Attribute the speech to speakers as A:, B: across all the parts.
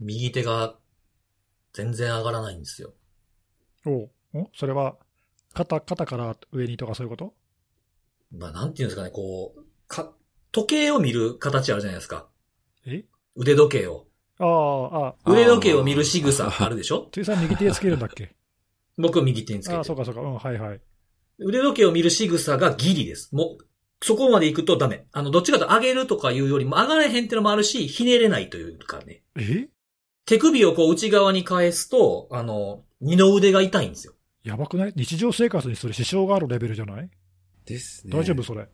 A: 右手が全然上がらないんですよ。
B: おうおそれは、肩、肩から上にとかそういうこと
A: まあ、なんていうんですかね、こう、か、時計を見る形あるじゃないですか。
B: え
A: 腕時計を。
B: ああ、ああ、
A: 腕時計を見る仕草あるでし ょ
B: ついさん右手つけるんだっ け
A: 僕は右手につけ
B: ああ、
A: て
B: そう。かそうか。うん、はいはい。
A: 腕時計を見る仕草がギリです。もう、そこまで行くとダメ。あの、どっちかというと上げるとかいうよりも上がれへんってのもあるし、ひねれないというかね。
B: え
A: 手首をこう内側に返すと、あの、二の腕が痛いんですよ。
B: やばくない日常生活にそれ支障があるレベルじゃない、
C: ですね。
B: 大丈夫それ。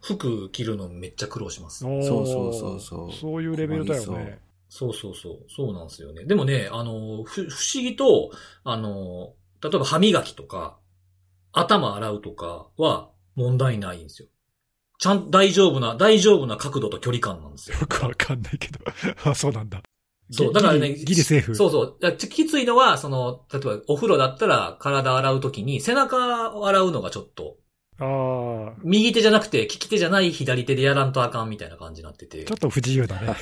A: 服着るのめっちゃ苦労します。
B: おー
C: そうそうそうそう
B: そういうレベルだよ
C: 困り
B: ね。
A: そうそうそう。そうなんですよね。でもね、あの、ふ、不思議と、あの、例えば歯磨きとか、頭洗うとかは問題ないんですよ。ちゃん、大丈夫な、大丈夫な角度と距離感なんですよ。
B: よくわかんないけど。 あ、そうなんだ。
A: そう、だからね、
B: ギリギリセーフ。
A: そうそう。だちきついのは、その、例えばお風呂だったら体洗うときに背中を洗うのがちょっと、
B: ああ、
A: 右手じゃなくて利き手じゃない左手でやらんとあかんみたいな感じになってて
B: ちょ。っと不自由だね。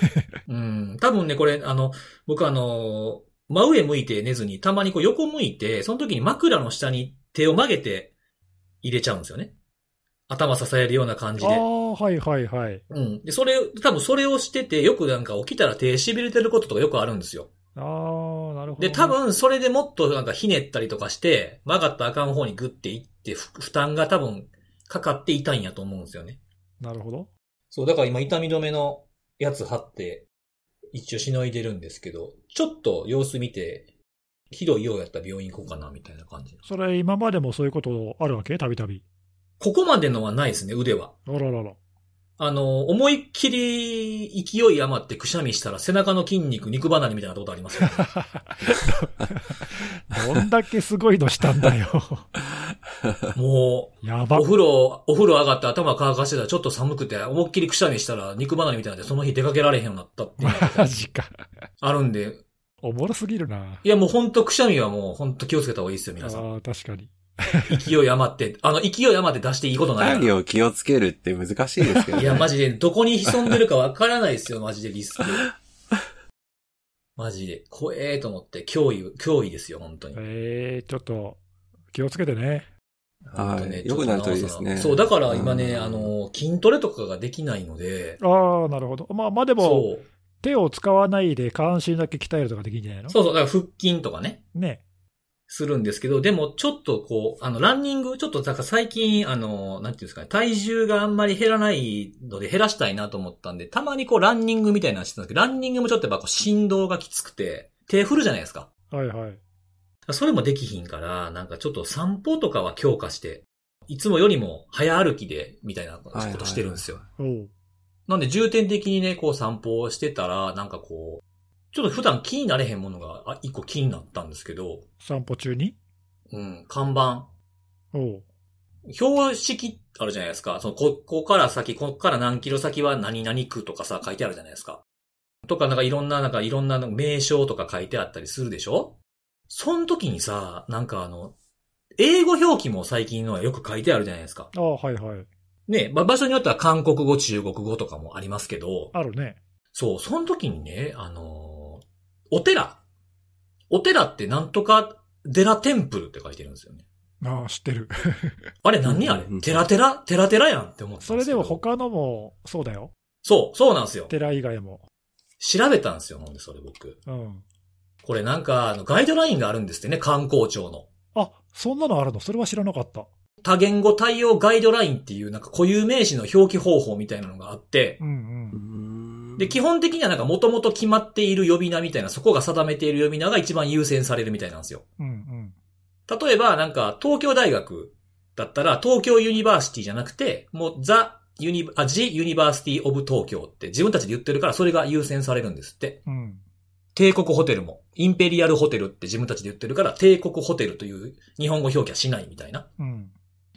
A: うん。多分ね、これ、あの、僕あの、真上向いて寝ずに、たまにこう横向いて、その時に枕の下に手を曲げて入れちゃうんですよね。頭支えるような感じ
B: あ
A: で。
B: あ、はいはいはい。
A: うん。で、それ、多分それをしてて、よくなんか起きたら手痺れてることとかよくあるんですよ。
B: ああ、なるほど。
A: で、多。分それでもっとなんかひねったりとかして、曲がったらあかん方にグッていって、ふ負担が多分かかって痛いんやと思うんですよね。
B: なるほど。
A: そう、だから今痛み止めのやつ貼って、一応しのいでるんですけど、ちょっと様子見て、ひどいようやったら病院行こうかな、みたいな感じ。
B: それ、今までもそういうことあるわけたびたび。
A: ここまでのはないですね、腕は。
B: あららら。
A: あの、思いっきり勢い余ってくしゃみしたら背中の筋肉肉離れみたいなことありますよ、ね。
B: どんだけすごいのしたんだよ。
A: もう、
B: やば
A: お。風呂、お風呂上がって頭乾かしてたらちょっと寒くて、思いっきりくしゃみしたら肉離れみたいなんで、その日出かけられへんようになったっていうのが
B: マジか。
A: あるんで、
B: おもろすぎるな。
A: いやもうほんとくしゃみはもうほんと気をつけた方がいいですよ、
B: ああ
A: 皆さん。
B: ー、確かに。
A: 勢い余って、あの、勢い余って出していい ことないか
C: 何
A: ら。
C: を気をつけるって難しいですけど、ね。
A: いや、マジで、どこに潜んでるかわからないですよ、マジでリスク。マジで、怖えと思って、脅威、脅威ですよ、本当に。
B: ええちょっと、気をつけてね。
C: は
A: 本
C: い
A: 当ね
C: 良くなるといいですね
A: そう、だから今ね、
C: うん
A: あの、筋トレとかができないので、
B: ああ、なるほど。まあ、まあでも、
A: そう、
B: 手を使わないで下半身だけ鍛えるとかできるんじゃないの
A: そうそう、だから腹筋とかね。
B: ね。
A: するんですけど、でもちょっとこう、あの、ランニング、ちょっとなんか最近、あの、なんていうんですかね、体重があんまり減らないので減らしたいなと思ったんで、たまにこうランニングみたいなのしてたんですけど、ランニングもちょっとやっぱこう振動がきつくて、手振るじゃないですか。
B: はいはい。
A: それもできひんから、なんかちょっと散歩とかは強化して、いつもよりも早歩きで、みたいなことしてるんですよ。
B: おう。
A: なんで重点的にね、こう散歩をしてたら、なんかこう、ちょっと普段気になれへんものが、あ、一個気になったんですけど、
B: 散歩中に
A: うん、看板。
B: おう。
A: 標識あるじゃないですか。その、こ、ここから先、ここから何キロ先は何々区とかさ、書いてあるじゃないですか。とか、なんかいろんな、なんかいろんななんか名称とか書いてあったりするでしょその時にさ、なんかあの、英語表記も最近のはよく書いてあるじゃないですか。
B: ああ、はいはい。
A: ね、まあ、場所によっては韓国語、中国語とかもありますけど、
B: あるね。
A: そう、その時にね、あのーお寺。お寺ってなんとか、デラテンプルって書いてるんですよね。
B: ああ、知 ってる。
A: あれ何あれテラテラテラテラやんって思ってた
B: そ
A: ん
B: れ
A: すけ
B: で
A: ど
B: も他のも、そうだよ。
A: そう、そうなんですよ。
B: 寺以外も。
A: 調べたんですよ、ほんで、それ僕。
B: うん。
A: これなんか、あの、ガイドラインがあるんですってね、観光庁の。
B: あ、そんなのあるのそれは知らなかった。
A: 多言語対応ガイドラインっていう、なんか固有名詞の表記方法みたいなのがあって
B: う、ん
C: うー
B: うん。
C: ん
A: で、基本的にはなんか元々決まっている呼び名みたいな、そこが定めている呼び名が一番優先されるみたいなんですよ。
B: うんうん。
A: 例えば、なんか、東京大学だったら、東京ユニバーシティじゃなくて、もう、ザ・ユニ、あ、ジ・ユニバーシティ・オブ・東京って自分たちで言ってるから、それが優先されるんですって。
B: うん。
A: 帝国ホテルも、インペリアルホテルって自分たちで言ってるから、帝国ホテルという日本語表記はしないみたいな
B: うん。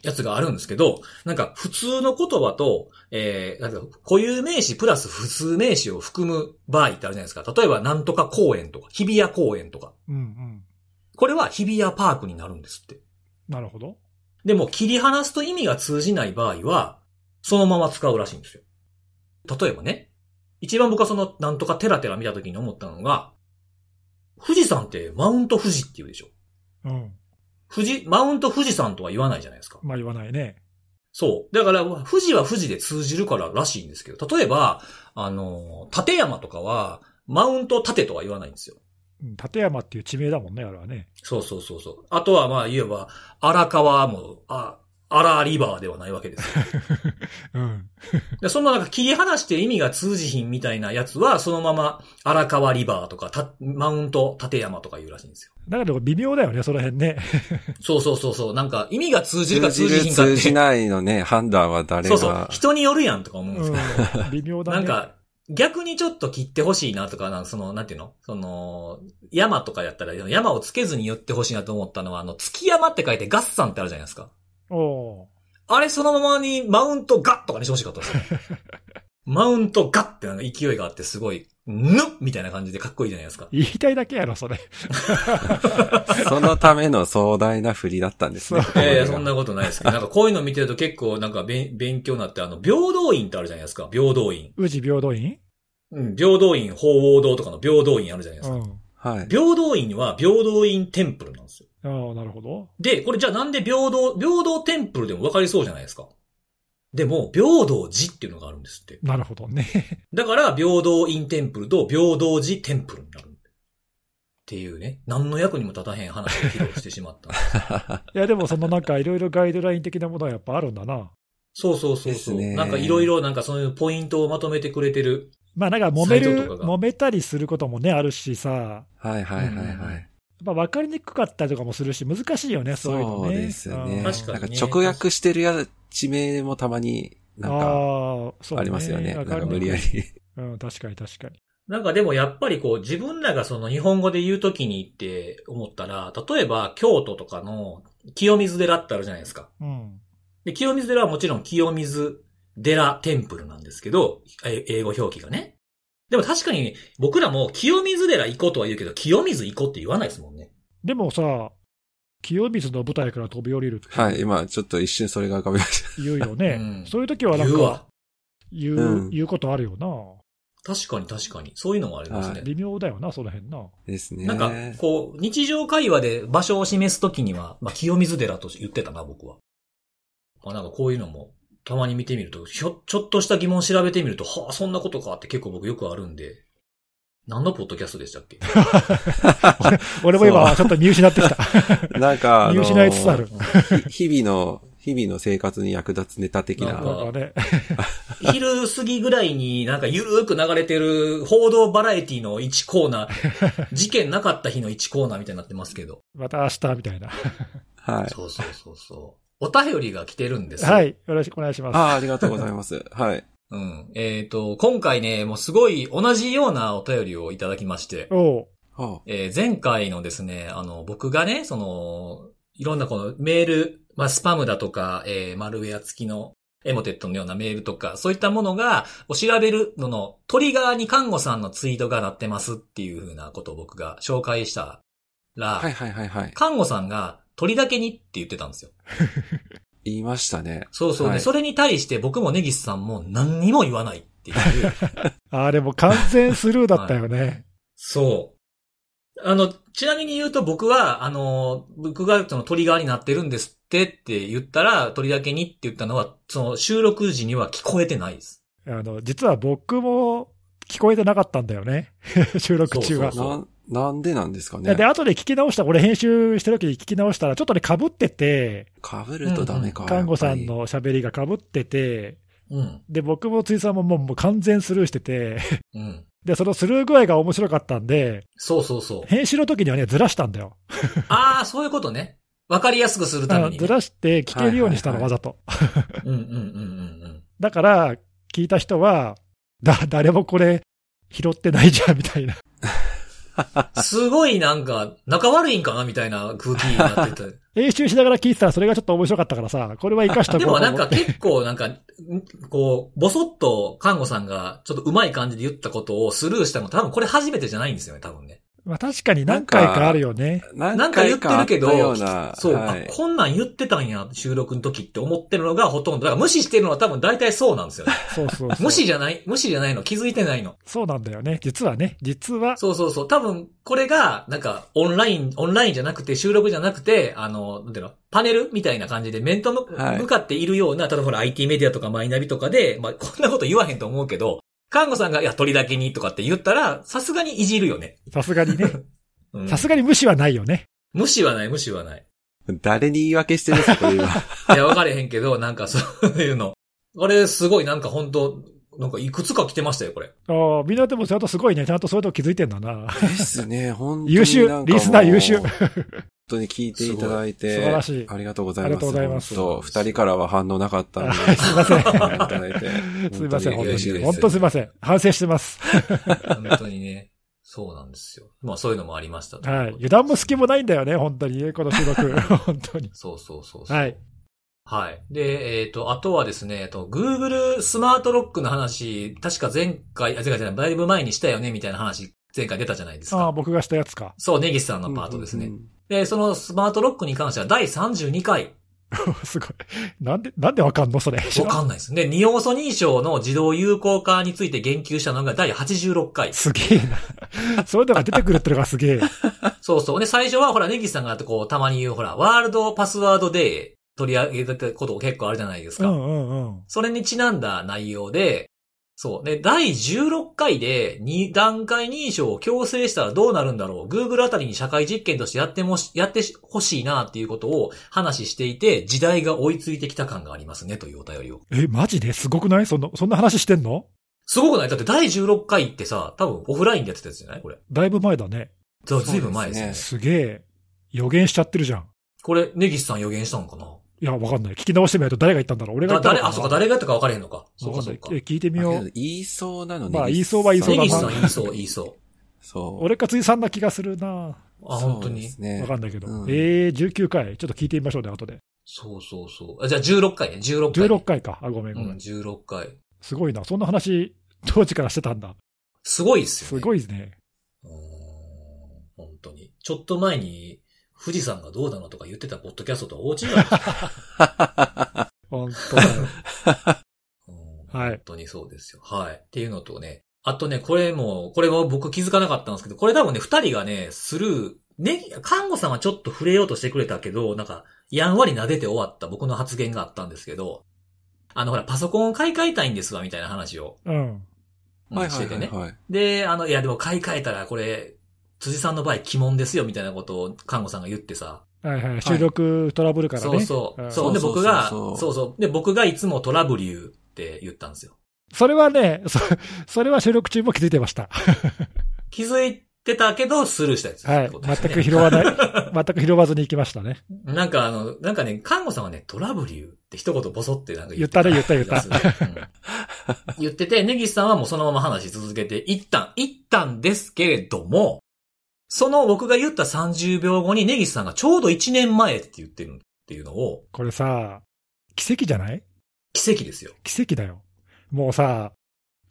A: やつがあるんですけど、なんか普通の言葉と、えー、なんか固有名詞プラス普通名詞を含む場合ってあるじゃないですか。例えば、なんとか公園とか、日比谷公園とか。
B: うんうん。
A: これは日比谷パークになるんですって。
B: なるほど。
A: でも、切り離すと意味が通じない場合は、そのまま使うらしいんですよ。例えばね、一番僕はその、なんとかテラテラ見た時に思ったのが、富士山ってマウント富士って言うでしょ
B: うん。
A: 富士、マウント富士山とは言わないじゃないですか。
B: まあ言わないね。
A: そう。だから、富士は富士で通じるかららしいんですけど、例えば、あの、立山とかは、マウント立てとは言わないんですよ。
B: うん立山っていう地名だもんね、あれはね。
A: そうそうそうそう。あとは、まあ、言えば、荒川も、あ、荒リバーではないわけですよ。
B: うん。
A: でそのなんか切り離して意味が通じひんみたいなやつは、そのまま荒川リバーとか、たマウント立山とか言うらしいん ですよ。
B: だけど微妙だよね、その辺ね。
A: そうそうそうそう。なんか意味が通じる
C: 通
A: か通
C: じ
A: じ
C: る
A: ひんかって。
C: 通じないのね、判断は誰
A: そうそう
C: が。。
A: 人によるやんとか思うんです
B: う
A: け
B: ん
A: ど。。
B: 微妙だね。
A: なんか、逆にちょっと切ってほしいなとか、なんその、なんていうのその、山とかやったら、山をつけずに言ってほしいなと思ったのは、あの、月山って書いてガッサンってあるじゃないですか。
B: おう
A: あれそのままにマウントガッとかにしてほしかったですね マウントガッってなんか勢いがあってすごい、ぬっみたいな感じでかっこいいじゃないですか。
B: 言いたいだけやろ、それ。
C: そのための壮大な振りだったんですね。
B: そう
A: いやいや、そんなことないです けど、なんかこういうの見てると結構なんか勉勉強になって、あの、平等院ってあるじゃないですか。平等院。
B: 宇治平等院
A: うん、平等院、法王堂とかの平等院あるじゃないです
B: う
A: か。
B: ん。
C: はい。
A: 平等院は平等院テンプルなんですよ。
B: ああ、なるほど。
A: で、これじゃあなんで平等、平等テンプルでも分かりそうじゃないですか。でも、平等寺っていうのがあるんですって。
B: なるほどね。
A: だから、平等院テンプルと平等寺テンプルになる。っていうね、何の役にも立たへん話を披露してしま ったんです。
B: いや、でもそのなんかいろいろガイドライン的なものはやっぱあるんだな。
A: そうそうそうそう。
C: ですね
A: なんかいろいろなんかそういうポイントをまとめてくれてる。
B: まあなんか揉め
A: サイト
B: る、
A: とかが
B: 揉めたりすることもね、あるしさ、
C: はいはいはい
A: うんうんう
C: は
A: ん
C: い。
B: まあ分かりにくかったりとかもするし、難しいよね、そういうの
C: そ
B: ね。
C: うですよね。
B: うん
A: 確かに
C: なんか
A: ね
C: 直訳してるや地名もたまになんか
B: ああそうね
C: ありますよね。なん
B: わか
C: か
B: りにくい
C: 無理 やり。
B: うん、確かに確かに。
A: なんかでもやっぱりこう自分らがその日本語で言うときにって思ったら、例えば京都とかの清水寺ってあるじゃないですか。
B: うん。
A: で、清水寺はもちろん清水寺テンプルなんですけど、え英語表記がね。でも確かに僕らも清水寺行こうとは言うけど、清水行こうって言わないですもんね。
B: でもさ、清水の舞台から飛び降りるって
C: はい、今ちょっと一瞬それが浮かびました。
B: 言うよね。
A: うん
B: そういう時はな
A: 言
B: ん
A: う
B: か
A: わ。
B: 言う、
C: うん
B: 言うことあるよな。
A: 確かに確かに。そういうのもありますね。
B: 微妙だよな、その辺な。
C: ですね。
A: なんか、こう、日常会話で場所を示すときには、まあ、清水寺と言ってたな、僕は。まあ、なんかこういうのも、たまに見てみると、ひょ、ちょっとした疑問を調べてみると、はあ、そんなことかって結構僕よくあるんで。何のポッドキャストでしたっけ
B: 俺も今、ちょっと見失ってきた。
C: なんか、あ
B: 見
C: の
B: 失いつつある。
C: ひ日々の、日々の生活に役立つネタ的
A: な。
C: なん
A: か
B: なんかね。
A: 昼過ぎぐらいになんかゆるーく流れてる報道バラエティの1コーナー、事件なかった日の1コーナーみたいになってますけど。
B: また明日みたいな。
C: はい。
A: そうそうそうそう。お便りが来てるんですよ。
B: はい。よろしくお願いします。
C: ああ、ありがとうございます。 はい。
A: うん。えっ、と、今回ね、もうすごい同じようなお便りをいただきまして、
B: おう。
C: は
A: えー前回のですね、あの、僕がね、その、いろんなこのメール、まあ、スパムだとか、えーマルウェア付きのエモテットのようなメールとか、そういったものが、お調べるののトリガーに看護さんのツイートがなってますっていうふうなことを僕が紹介した
C: あ
A: ら、
C: はいはいはいはい。
A: 看護さんが鳥だけにって言ってたんですよ。
C: 言いましたね。
A: そうそうね。
C: はい
A: それに対して僕もネギスさんも何にも言わないっていう。
B: あれもう完全スルーだったよね。
A: そう。あの、ちなみに言うと僕は、あの、僕がそのトリガーになってるんですってって言ったら、鳥だけにって言ったのは、その収録時には聞こえてないです。
B: あの、実は僕も聞こえてなかったんだよね。 収録中は。
A: そう
C: なん、なんでなんですかね
B: で、。後で聞き直した、俺編集してる時に聞き直したら、ちょっとね、被ってて、
C: かぶるとダメか。
B: 看護さん
C: やっ
B: の喋りが被ってて、
A: うん。
B: で、僕も辻さんももうもう完全スルーしてて、
A: うん。
B: で、そのスルー具合が面白かったんで、
A: そうそう そう。
B: 編集の時にはね、ずらしたんだよ。
A: ああ、そういうことね。わかりやすくするため
B: あ
A: に、
B: ずらして聞けるようにしたの、
C: は
B: わ
C: いは
B: ざ
C: い
B: と。
A: うんうんうんうん
B: だから、聞いた人は、だ、誰もこれ、拾ってないじゃん、みたいな。
A: うん。すごいなんか、仲悪いんかなみたいな空気になってて。
B: 練習しながら聞いてたら、それがちょっと面白かったからさ、これは生かした
A: でもなんか
B: て。
A: 結構なんか、んこう、ぼそっと看護さんがちょっと上手い感じで言ったことをスルーしたの多分これ初めてじゃないんですよね、多分ね。
B: まあ確かに何回かあるよね。
A: な
C: なん
A: か言ってるけど
C: あったような、
A: そう、
C: は
A: あ
C: い、
A: こんなん言ってたんや、収録の時って思ってるのがほとんど。だから無視してるのは多分大体そうなんですよね。
B: そうそうそう。
A: 無視じゃない無視じゃないの気づいてないの。
B: そうなんだよね。実はね、実は、
A: そうそうそう。多分、これが、なんか、オンライン、オンラインじゃなくて、収録じゃなくて、あの、なんていうの、パネルみたいな感じで面と向,、
C: はい
A: 向かっているような、例えばほら IT メディアとかマイナビとかで、まあ、こんなこと言わへんと思うけど、看護さんが、いや、鳥だけにとかって言ったら、さすがにいじるよね。
B: さすがにね、
A: うん
B: さすがに無視はないよね。
A: 無視はない、無視はない。
C: 誰に言い訳してるんですか、これ 今。
A: いや、わかれへんけど、 なんかそういうの。これ、すごい、なんか本当なんかいくつか来てましたよ、これ。
B: ああ、みんなでもちゃんとすごいね。ちゃんとそういうとこ気づいてんだな。
C: ですね、本当に
B: 優秀
C: なんかもう
B: リスナー優秀
C: 本当に聞いていただいて。
B: すごい素晴らしい
C: ありがとうございます。
B: ありがとうございます
C: 本当二人からは反応なかったので。
B: すいません
C: いただいて。
B: すいません、本当
A: 嬉しいです
B: に。本当すいません。反省してます。
A: 本当にね。そうなんですよ。まあ、そういうのもありましたとうこと
B: はい。
A: で。
B: 油断も隙もないんだよね、本当にね、この収録。 本当に。
A: そうそうそうそう。
B: はい。
A: はい。で、えっ、と、あとはですね、えっと、Google スマートロックの話、確か前回、あ、前回じゃない、だいぶ前にしたよね、みたいな話、前回出たじゃないです
B: ああ、
A: か。
B: 僕がしたやつか。
A: そう、ネギスさんのパートですね。
C: うんうんうん。
A: で、そのスマートロックに関しては第32回
B: すごい。なんで、なんでわかんのそれ。
A: わかんないです。で、二要素認証の自動有効化について言及したのが第86回。
B: すげえな。 そういうのが出てくるってのがすげえ。
A: そうそう。で、最初はほら、ネギさんがこう、たまに言うほら、ワールドパスワードで取り上げたこと結構あるじゃないです
B: う
A: か。
B: んうんうん。
A: それにちなんだ内容で、そう。で、第16回で2段階認証を強制したらどうなるんだろう。Google あたりに社会実験としてやってもし、やってほしいなっていうことを話していて、時代が追いついてきた感がありますねというお便りを。
B: え、マジですごくないそんな、そんな話してんの
A: すごくないだって第16回ってさ、多分オフラインでやってたやつじゃないこれ。
B: だいぶ前だね。
A: そうずいぶん前ですよね。
C: そうです
B: げえ。予言しちゃってるじゃん。
A: これ、ネギスさん予言したのかない
B: や、わかんない。聞き直してみないと誰が言ったんだろう俺が言
A: だ
B: ったの
A: 誰、あ、そうか、誰がやったか分かれへんのか。そう
B: わ
A: か、
B: かん
A: そ
B: な
A: う
B: い。
A: か
B: え。聞いてみよ
C: だけど
B: う。
C: 言いそうなのね。
B: まあ言いそうは言いそ
A: ネ
B: うだな
A: ギスさん
B: い
A: 言いそう、言いそ
C: そう。
B: 俺か辻さんな気がするなわ
A: う。あ、本当
C: そうで
A: に。
C: すね。
B: かんないけど。
C: うん
B: えー、19回。ちょっと聞いてみましょうね、後で。
A: そうそうそう。あじゃあ16回ね、16回。
B: 16回か。あ、ごめんご
A: う
B: めん。
A: ん、16回。
B: すごいな。そんな話、当時からしてたんだ。
A: すごいっす
B: す
A: よ、ね。
B: ごいですね。
A: うーん。本当に。ちょっと前に、富士山がどうだのとか言ってたポッドキャストとは大違いですよ
B: 本当だよ
A: うん
B: はい
A: 本当にそうですよ。はい。っていうのとね。あとね、これも、これは僕気づかなかったんですけど、これ多分ね、二人がね、スルー、ね、看護さんはちょっと触れようとしてくれたけど、なんか、やんわり撫でて終わった僕の発言があったんですけど、あの、ほら、パソコンを買い替えたいんですわ、みたいな話を、
B: うん。
A: うん
C: はい
A: して
C: はい
A: て
C: はい
A: ね。
C: はい。
A: で、あの、いや、でも買い替えたら、これ、辻さんの場合、鬼門ですよ、みたいなことを、看護さんが言ってさ、
B: はいはい。収録トラブルからね。
A: そうそう。
B: ん
A: そう。で、
C: そう
A: 僕が、
C: そ
A: そう
C: うそうそう
A: そう。で、僕がいつもトラブリューって言ったんですよ。
B: それはね、そそれは収録中も気づいてました。
A: 気づいてたけど、スルーしたやつ。
B: はい。
A: ってことです
B: 全
A: ね
B: く拾 わない。全く拾わずに行きましたね。
A: なんかあの、なんかね、看護さんはね、トラブリューって一言ボソってなんか
B: 言ったね言った
A: 言った。 うん言ってて、ネギスさんはもうそのまま話し続けて、一旦、一旦ですけれども、その僕が言った30秒後にネギスさんがちょうど1年前って言ってるっていうのを、
B: これさ、奇跡じゃない
A: 奇跡ですよ。
B: 奇跡だよ。もうさ、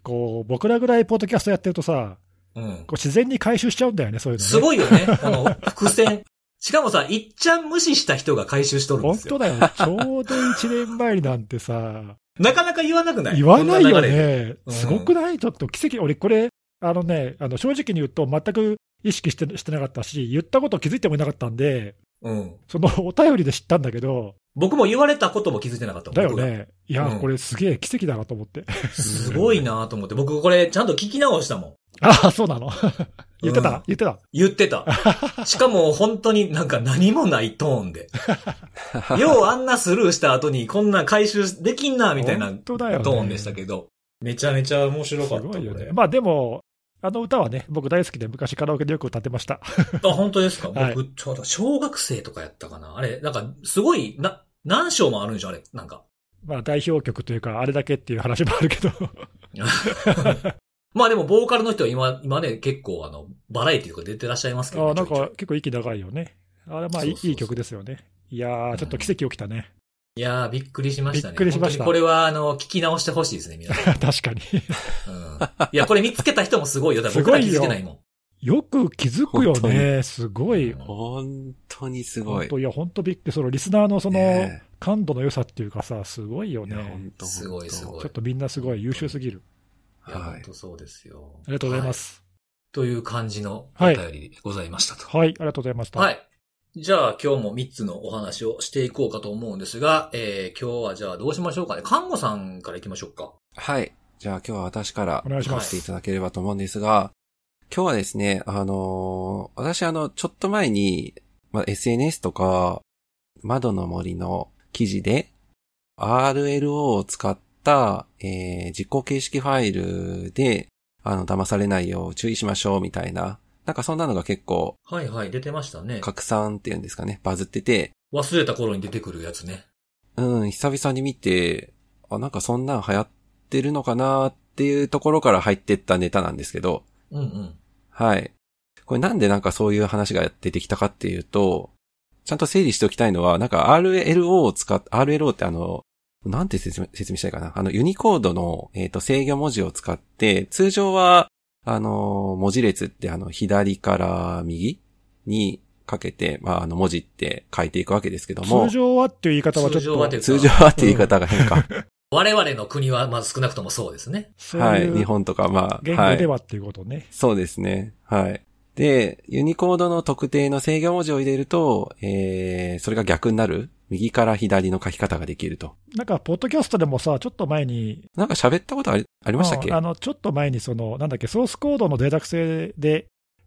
B: こう、僕らぐらいポッドキャストやってるとさ、
A: うん。
B: こう自然に回収しちゃうんだよね、そういうのね。
A: すごいよ ね。この伏線。しかもさ、いっちゃん無視した人が回収しとるんで
B: 本
A: すよ
B: 当。だよ。ちょうど1年前になんてさ、
A: なかなか言わなくない
B: 言わない
A: こ
B: よ
A: ん流れで
B: ね。
A: うん
B: すごくないちょっと奇跡。俺、これ、あのね、あの正直に言うと、全く意識してしてなかったし、言ったこと気づいてもいなかったんで、
A: うん。
B: そのお便りで知ったんだけど、
A: 僕も言われたことも気づいてなかったもん
B: だよ
A: 僕が
B: ね。いや、
A: うん
B: これすげえ奇跡だなと思って。
A: すごいなと思って、僕これちゃんと聞き直したもん。
B: ああ、 そうなの言ってた、
A: うん
B: 言ってた。
A: 言って た。しかも本当になんか何もないトーンで。ようあんなスルーした後にこんな回収できんなみたいな
B: 本
A: ト
B: 当だよね
A: ーンでしたけど。めちゃめちゃ面白
B: す
A: かった。
B: ごいよね
A: こ。れ
B: まあでも、あの歌はね、僕大好きで昔カラオケでよく歌ってました。
A: あ、本当ですか、
B: はい
A: 僕、ちょうど小学生とかやったかなあれ、なんかすごい、な、何章もあるんでしょあれ、なんか。
B: まあ代表曲というか、あれだけっていう話もあるけど。
A: まあでも、ボーカルの人は今、今ね、結構あの、バラエティとか出てらっしゃいますけど、
B: ああ、
A: ね。
B: なん
A: ちょいちょい
B: か結構息長いよね。あれまあ
A: そうそ
B: いい
A: うそう
B: いい曲ですよね。いやー、ちょっと奇跡起きたね。
A: いやー、びっくりしましたね。
B: びっくりしました
A: 本当にこれは、あの、聞き直して ほしいですね、皆さん。
B: 確かに。
A: うん。いや、これ見つけた人もすごいよ。だから僕ら
B: す
A: 気
B: ごい
A: づ
B: よ
A: けないもん。
B: よく気づくよ
C: 本当
B: ね。すごい。
C: 本当にすご
B: 本
C: い。
B: 当いや、本当びっくり。そのリスナーのその
C: ねえ
B: 感度の良さっていうかさ、すごいよ
C: いや、
B: ね。
C: 本当
A: すごいすごい
B: ちょっとみんなすごい優秀すぎる。
A: いや、
C: はい
A: 本当そうですよ。。
B: ありがとうございますす。
A: という感じのお便りでございましたと。
B: はい、ありがとうございました。
A: はい。じゃあ今日も3つのお話をしていこうかと思うんですが、えー、今日はじゃあどうしましょうかね。看護さんから行きましょうか。
C: はい。じゃあ今日は私から
B: お願いしま
A: は
B: す。
C: していただければと思うんですが、今日はですね、あのー私あの、ちょっと前に、まあ、SNS とか、窓の森の記事で、RLO を使った、えー実行形式ファイルで、あの、騙されないよう注意しましょうみたいな、なんかそんなのが結構
A: はいはい、出てましたね。
C: 拡散っていうんですかね、バズってて、
A: 忘れた頃に出てくるやつね。
C: うん、久々に見て、あ、なんかそんなん流行ってるのかなっていうところから入ってったネタなんですけど、
A: うんうん。
C: はい。これなんでなんかそういう話が出てきたかっていうと、ちゃんと整理しておきたいのは、なんか RLO を使っ、RLO ってあの、なんて説明説明したいかな。あの、ユニコードの、えっ、と、制御文字を使って、通常は、あの、文字列ってあの、左から右にかけて、まあ、あの、文字って書いていくわけですけども
B: 通、常はっていう言い方はちょっと、
A: 通常はというか
C: 通常はって言い方が変か。
A: 我々の国はまず少なくともそうですね。
B: そう
C: はいい。日
B: う
C: 本とか、まあ、
B: 言
C: は
B: 語
C: い
B: ではっていうことね。
C: そうですね。はい。で、ユニコードの特定の制御文字を入れると、えー、それが逆になる右から左の書き方ができると。
B: なんか、ポッドキャストでもさ、ちょっと前に、
C: なんか喋ったことありありましたっけ
B: うんあの、ちょっと前に、その、なんだっけ、ソースコードの脆弱性で、っ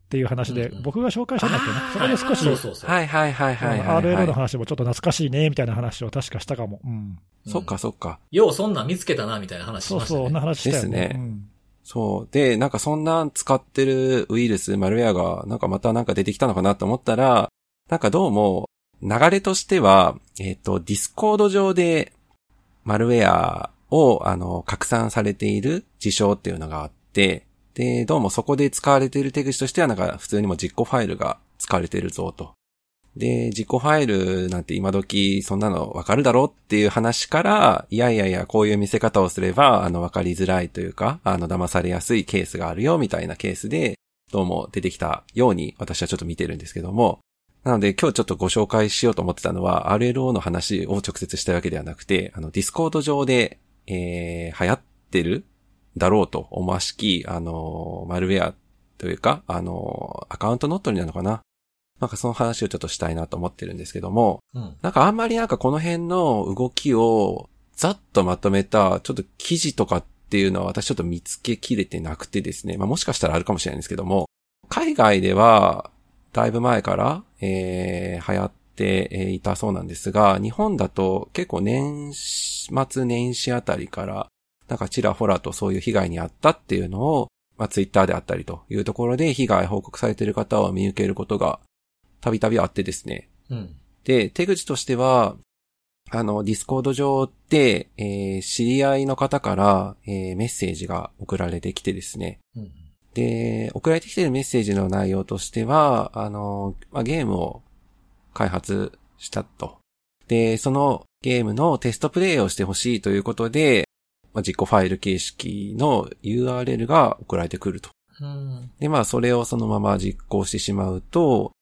B: ていう話で
A: うんうん、
B: 僕が紹介したんだっけな。そ
A: は
B: れ
A: い
B: で少し、
A: そうそうそう。
C: はいはいはいはいはい、はい。
B: RL の話もちょっと懐かしいね、みたいな話を確かしたかも。うん。
A: うん
C: そっかそっか。
A: ようそんなん見つけたな、みたいな話し
B: そう
A: ましたね。
B: そう、そんな話したよね。
C: です
B: う
C: ね
B: ん
C: そう。で、なんかそんな使ってるウイルス、マルウェアが、なんかまたなんか出てきたのかなと思ったら、なんかどうも、流れとしては、えっ、と、ディスコード上で、マルウェアを、あの、拡散されている事象っていうのがあって、で、どうもそこで使われている手口としては、なんか普通にも実行ファイルが使われてるぞと。で、実行ファイルなんて今時そんなのわかるだろうっていう話から、いやいやいや、こういう見せ方をすれば、あの、わかりづらいというか、あの、騙されやすいケースがあるよみたいなケースで、どうも出てきたように私はちょっと見てるんですけども、なので今日ちょっとご紹介しようと思ってたのは、RLO の話を直接したいわけではなくて、あの、ディスコード上で、えー、流行ってるだろうと思わしき、あの、マルウェアというか、あの、アカウント乗っ取りなのかななんかその話をちょっとしたいなと思ってるんですけども、
A: うん。
C: なんかあんまりなんかこの辺の動きをざっとまとめた、ちょっと記事とかっていうのは私ちょっと見つけきれてなくてですね、まあもしかしたらあるかもしれないんですけども、海外ではだいぶ前から、えー、流行ってえーいたそうなんですが、日本だと結構年末年始あたりから、なんかちらほらとそういう被害に遭ったっていうのを、まあツイッターであったりというところで被害報告されている方を見受けることがたびたびあってですね、
A: うん。
C: で、手口としては、あの、ディスコード上で、えー知り合いの方から、えーメッセージが送られてきてですね。
A: うん。
C: で、送られてきてるメッセージの内容としては、あの、まあ、ゲームを開発したと。で、そのゲームのテストプレイをしてほしいということで、まあ、実行ファイル形式の URL が送られてくると。
A: うん。
C: で、まあ、それをそのまま実行してしまうと、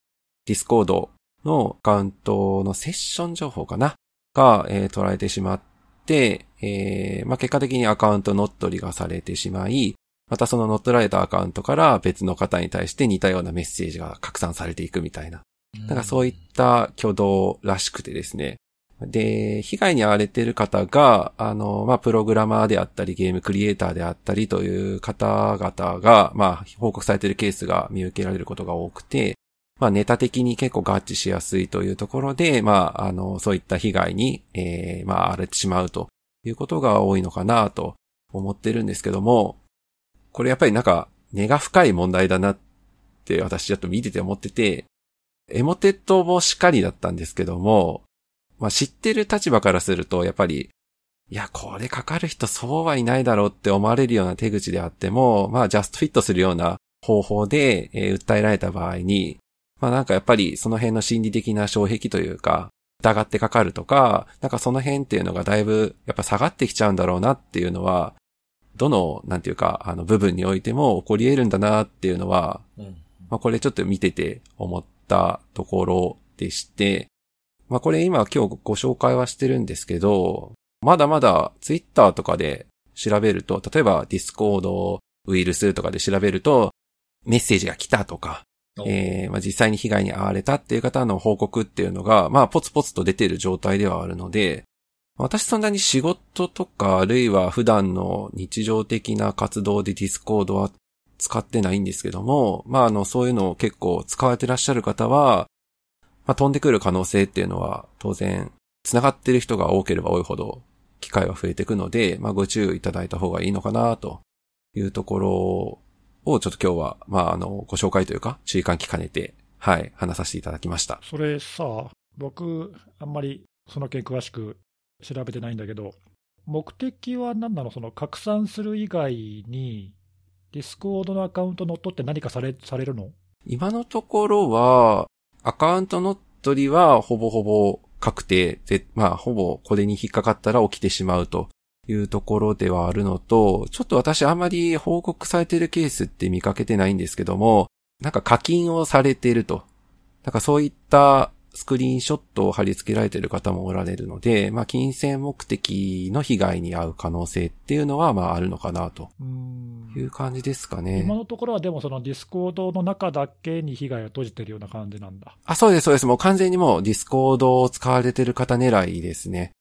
C: ディスコードのアカウントのセッション情報かなが、えー取られてしまって、えーまあ、結果的にアカウント乗っ取りがされてしまい、またその乗っ取られたアカウントから別の方に対して似たようなメッセージが拡散されていくみたいな。なんかそういった挙動らしくてですね。で、被害に遭われている方が、あの、まあ、プログラマーであったり、ゲームクリエイターであったりという方々が、まあ、報告されているケースが見受けられることが多くて、まあ、ネタ的に結構合致しやすいというところで、まあ、あの、そういった被害に、えーまあ、荒れてしまうということが多いのかなと思ってるんですけども、これやっぱりなんか、根が深い問題だなって私ちょっと見てて思ってて、エモテットもしかりだったんですけども、まあ、知ってる立場からすると、やっぱり、いや、これかかる人そうはいないだろうって思われるような手口であっても、まあ、ジャストフィットするような方法で、えー訴えられた場合に、まあ、なんかやっぱりその辺の心理的な障壁というか、疑ってかかるとか、なんかその辺っていうのがだいぶやっぱ下がってきちゃうんだろうなっていうのは、どの、なんていうか、あの部分においても起こり得るんだなっていうのは、
A: うん。
C: まあ、これちょっと見てて思ったところでして、まあ、これ今今日ご紹介はしてるんですけど、まだまだツイッターとかで調べると、例えばディスコードウイルスとかで調べると、メッセージが来たとか、
A: お
C: えーまあ、実際に被害に遭われたっていう方の報告っていうのが、まあ、ポツポツと出てる状態ではあるので、私そんなに仕事とか、あるいは普段の日常的な活動でディスコードは使ってないんですけども、まあ、あの、そういうのを結構使われてらっしゃる方は、まあ、飛んでくる可能性っていうのは、当然、繋がってる人が多ければ多いほど、機会は増えていくので、まあ、ご注意いただいた方がいいのかな、というところをちょっと今日は、まあ、あの、ご紹介というか、注意喚起兼ねて、はい、話させていただきました。
B: それさ、僕、あんまりその件詳しく調べてないんだけど、目的は何なの、その拡散する以外に、ディスコードのアカウント乗っ取って何かされされるの
C: 今のところは、アカウント乗っ取りはほぼほぼ確定で、まあ、ほぼこれに引っかかったら起きてしまうというところではあるのと、ちょっと私あんまり報告されてるケースって見かけてないんですけども、なんか課金をされてると。なんかそういったスクリーンショットを貼り付けられてる方もおられるので、まあ、金銭目的の被害に遭う可能性っていうのは、まあ、あるのかなと
B: うーん
C: いう感じですかね。
B: 今のところはでも、そのディスコードの中だけに被害を閉じてるような感じなんだ。
C: あ、そうです、そうです。もう完全にもうディスコードを使われてる方狙いですね。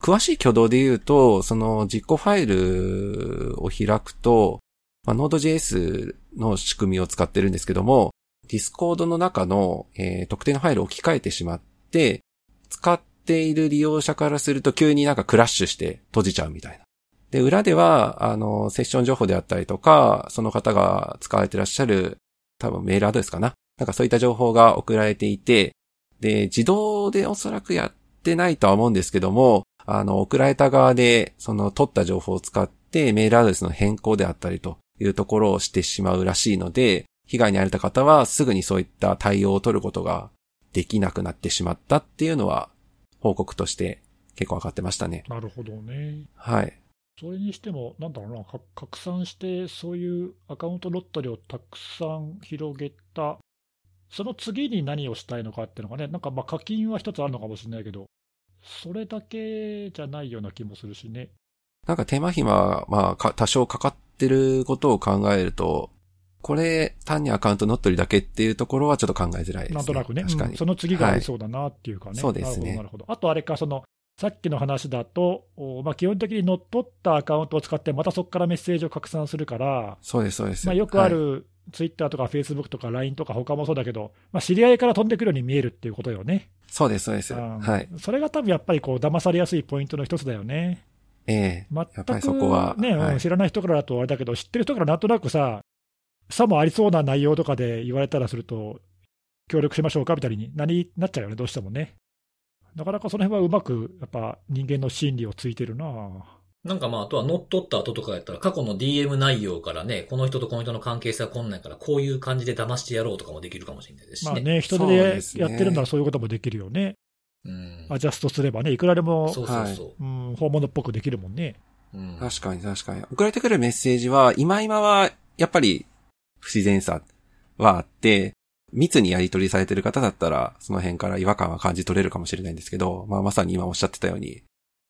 C: 詳しい挙動で言うと、その実行ファイルを開くと、まあ、Node.js の仕組みを使ってるんですけども、ディスコードの中の、えー特定のファイルを置き換えてしまって、使っている利用者からすると急になんかクラッシュして閉じちゃうみたいな。で、裏では、あの、セッション情報であったりとか、その方が使われてらっしゃる多分メールアドレスかな。なんかそういった情報が送られていて、で、自動でおそらくやってないとは思うんですけども、あの、送られた側で、その取った情報を使ってメールアドレスの変更であったりというところをしてしまうらしいので、被害に遭われた方はすぐにそういった対応を取ることができなくなってしまったっていうのは、報告として結構上がってましたね。
B: なるほどね。
C: はい。
B: それにしても、なんだろうな、か拡散して、そういうアカウント乗っ取りをたくさん広げた、その次に何をしたいのかっていうのがね、なんかまあ課金は一つあるのかもしれないけど、それだけじゃないような気もするしね。
C: なんか手間暇、まあ、か多少かかってることを考えると、これ、単にアカウント乗っ取りだけっていうところはちょっと考えづらいです、ね。
B: なんとなくね、
C: 確かに。
B: うんその次がありそうだなっていうかね、
C: はいそうですね
B: なるほど、なるほどあとあれか、そのさっきの話だと、おまあ、基本的に乗っ取ったアカウントを使って、またそこからメッセージを拡散するから、
C: そうです、そうです。
B: まあ、よくあ
C: はい。
B: るツイッターとかフェイスブックとか LINE とか、他もそうだけど、まあ、知り合いから飛んでくるように見えるっていうことよね、
C: そうです、そうです。
B: うん
C: はい。
B: それが多分やっぱりこう騙されやすいポイントの一つだよね。
C: ええ
B: 全
C: や
B: く、
C: っぱりそこは
B: ね
C: はい
B: うん知らない人からだとあれだけど、知ってる人からなんとなくさ、さもありそうな内容とかで言われたらすると、協力しましょうかみたいになりなっちゃうよね、どうしてもね。なかなかその辺はうまく、やっぱ人間の心理をついてるな
A: なんかまあ、あとは乗っ取った後とかやったら、過去の DM 内容からね、この人とこの人の関係性はこんなんやから、こういう感じで騙してやろうとかもできるかもしれないですし
B: まあ
A: ね。
B: ね、人手
C: そう
B: で
C: ですね
B: やってるならそういうこともできるよね。
A: うん。
B: アジャストすればね、いくらでも、
A: そうそうそう。
B: うん、本物っぽくできるもんね。
A: うん。
C: 確かに、確かに。送られてくるメッセージは、今今は、やっぱり、不自然さはあって、密にやり取りされてる方だったら、その辺から違和感は感じ取れるかもしれないんですけど、まあまさに今おっしゃってたように、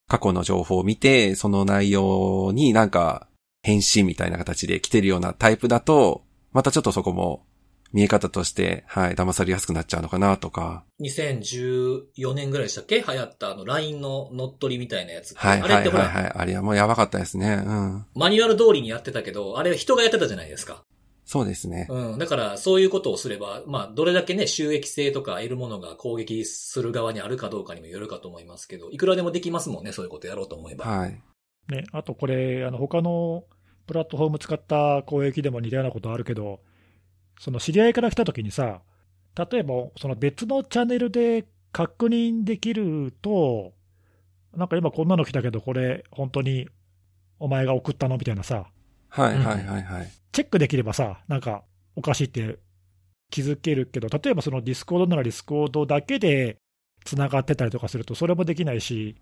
C: 過去の情報を見て、その内容になんか、返信みたいな形で来てるようなタイプだと、またちょっとそこも、見え方として、はい、騙されやすくなっちゃうのかなとか、
A: 2014年ぐらいでしたっけ流行ったあの LINE の乗っ取りみたいなやつって。
C: はい、
A: あれ
C: は
A: っ
C: い、
A: てほら、
C: はい、はい。あれはもうやばかったですね。うん。
A: マニュアル通りにやってたけど、あれ人がやってたじゃないですか。
C: そうですね。
A: うん。だから、そういうことをすれば、まあ、どれだけね、収益性とか得るものが攻撃する側にあるかどうかにもよるかと思いますけど、いくらでもできますもんね、そういうことやろうと思えば。
C: はい。
B: ね、あとこれ、あの他のプラットフォーム使った攻撃でも似たようなことあるけど、その知り合いから来たときにさ、例えばその別のチャンネルで確認できると、なんか今こんなの来たけど、これ、本当にお前が送ったのみたいなさ、
C: はい、
A: うん
C: はい、はい、はい。
B: チェックできればさ、なんかおかしいって気づけるけど、例えばそのディスコードならディスコードだけでつながってたりとかすると、それもできないし、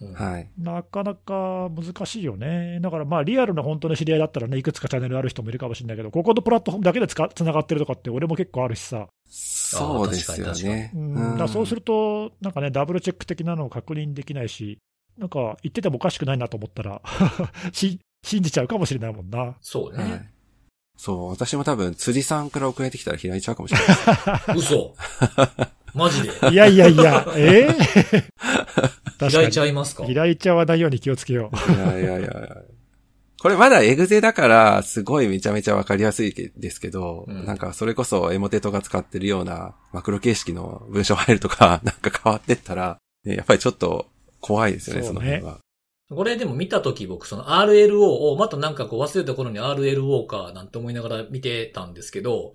A: うん
C: はい。
B: なかなか難しいよね。だからまあ、リアルな本当の知り合いだったらね、いくつかチャンネルある人もいるかもしれないけど、ここのプラットフォームだけでつかつながってるとかって、俺も結構あるしさ、
C: そうですよね。
B: うんだからそうすると、なんかね、ダブルチェック的なのを確認できないし、なんか言っててもおかしくないなと思ったら、 し信じちゃうかもしれないもんな。
A: そう
C: は
A: ね。
C: い。そう、私も多分、辻さんから送られてきたら開いちゃうかもしれない。
A: 嘘。マジで。
B: いやいやいや、えー、 確か
A: 開い
B: に
A: ちゃいますか
B: 開いちゃわないように気をつけよう。
C: いやいやいやいや。これまだエグゼだから、すごいめちゃめちゃわかりやすいですけど、
A: うん
C: なんかそれこそエモテトが使ってるようなマクロ形式の文章ファイルとか、 なんか変わってったら、ねやっぱりちょっと怖いですよね、
B: そ
C: そう
B: ね
C: の辺は。
A: これでも見たとき僕、その RLO を、またなんかこう忘れた頃に RLO かなんて思いながら見てたんですけど、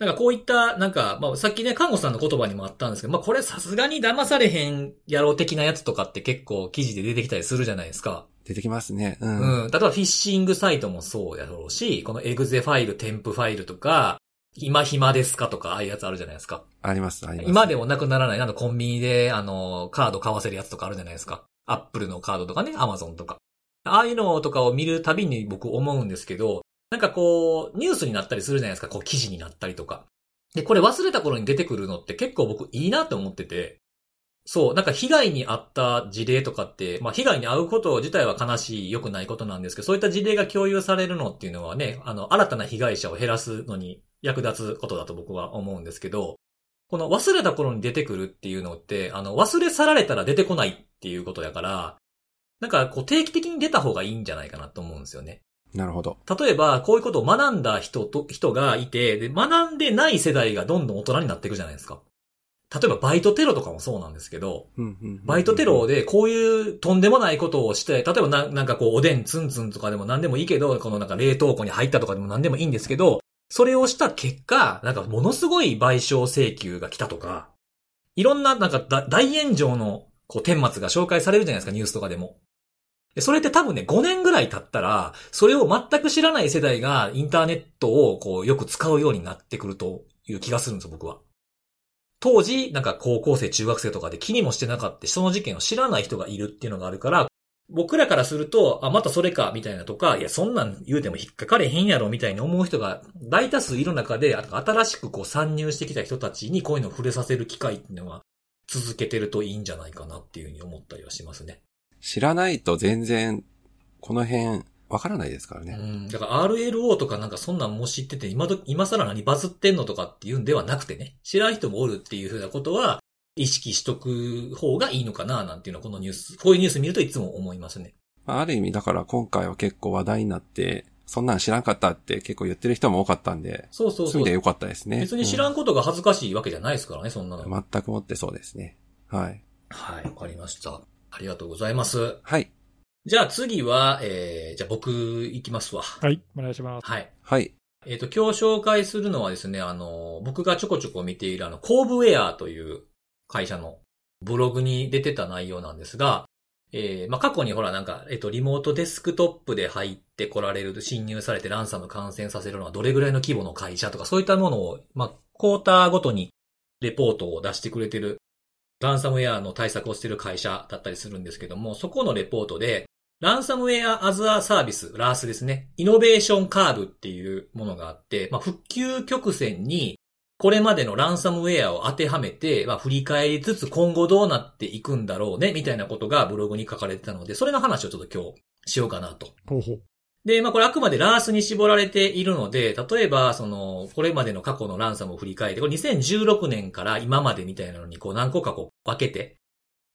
A: なんかこういった、なんか、まあさっきね、看護師さんの言葉にもあったんですけど、まあこれさすがに騙されへん野郎的なやつとかって結構記事で出てきたりするじゃないですか。
C: 出てきますね。うん。
A: うん。例えばフィッシングサイトもそうやろうし、このエグゼファイル、添付ファイルとか、今暇ですかとか、ああいうやつあるじゃないですか。
C: あります、あります。
A: 今でもなくならない、なんかコンビニで、あの、カード買わせるやつとかあるじゃないですか。アップルのカードとかね、アマゾンとか。ああいうのとかを見るたびに僕思うんですけど、なんかこう、ニュースになったりするじゃないですか。こう、記事になったりとか。で、これ忘れた頃に出てくるのって結構僕いいなと思ってて、そう、なんか被害に遭った事例とかって、まあ被害に遭うこと自体は悲しい、良くないことなんですけど、そういった事例が共有されるのっていうのはね、あの、新たな被害者を減らすのに役立つことだと僕は思うんですけど、この忘れた頃に出てくるっていうのって、あの、忘れ去られたら出てこないっていうことやから、なんかこう定期的に出た方がいいんじゃないかなと思うんですよね。
C: なるほど。
A: 例えば、こういうことを学んだ人と、人がいて、で、学んでない世代がどんどん大人になっていくじゃないですか。例えば、バイトテロとかもそうなんですけど、
C: うんうんうん
A: バイトテロでこういうとんでもないことをして、例えばななんかこうおでんツンツンとかでも何でもいいけど、このなんか冷凍庫に入ったとかでも何でもいいんですけど、それをした結果、なんかものすごい賠償請求が来たとか、いろんななんかだ大炎上のこう天末が紹介されるじゃないですか、ニュースとかでも。でそれって多分ね、5年ぐらい経ったら、それを全く知らない世代がインターネットをこうよく使うようになってくるという気がするんですよ、僕は。当時、なんか高校生、中学生とかで気にもしてなかった、その事件を知らない人がいるっていうのがあるから、僕らからすると、あ、またそれか、みたいなとか、いや、そんなん言うても引っかかれへんやろ、みたいに思う人が大多数いる中で、あと新しくこう参入してきた人たちにこういうのを触れさせる機会っていうのは続けてるといいんじゃないかなっていうふうに思ったりはしますね。
C: 知らないと全然、この辺、わからないですから
A: う
C: ね。
A: ん。だから RLO とかなんかそんなんも知ってて、今ど、今更何バズってんのとかっていうんではなくてね、知らん人もおるっていうふうなことは、意識しとく方がいいのかな、なんていうのはこのニュース、こういうニュース見るといつも思いますね。
C: まあある意味、だから今回は結構話題になって、そんなん知らんかったって結構言ってる人も多かったんで、
A: そうそう
C: そういう
A: そ
C: 意
A: う
C: 味で。良かったですね。
A: 別に知ら
C: うん
A: ことが恥ずかしいわけじゃないですからね、そんなの。
C: ん全くもってそうですね。はい。
A: はい、わかりました。ありがとうございます。
C: はい。
A: じゃあ次は、えー、じゃあ僕行きますわ。
B: はい、お願いします。
A: はい。
C: はい。
A: えっ、と、今日紹介するのはですね、あの、僕がちょこちょこ見ているあの、コーブウェアという会社のブログに出てた内容なんですが、えー、まあ、過去にほらなんか、えっ、と、リモートデスクトップで入って来られる、侵入されてランサム感染させるのはどれぐらいの規模の会社とか、そういったものを、まあ、クォーターごとにレポートを出してくれてる、ランサムウェアの対策をしている会社だったりするんですけども、そこのレポートで、ランサムウェアアズアサービス、ラースですね。イノベーションカーブっていうものがあって、まあ、復旧曲線にこれまでのランサムウェアを当てはめて、まあ、振り返りつつ今後どうなっていくんだろうね、みたいなことがブログに書かれてたので、それの話をちょっと今日しようかなと
B: 候補。
A: で、まあこれあくまでラースに絞られているので、例えば、その、これまでの過去のランサムを振り返って、これ2016年から今までみたいなのに、こう何個かこう分けて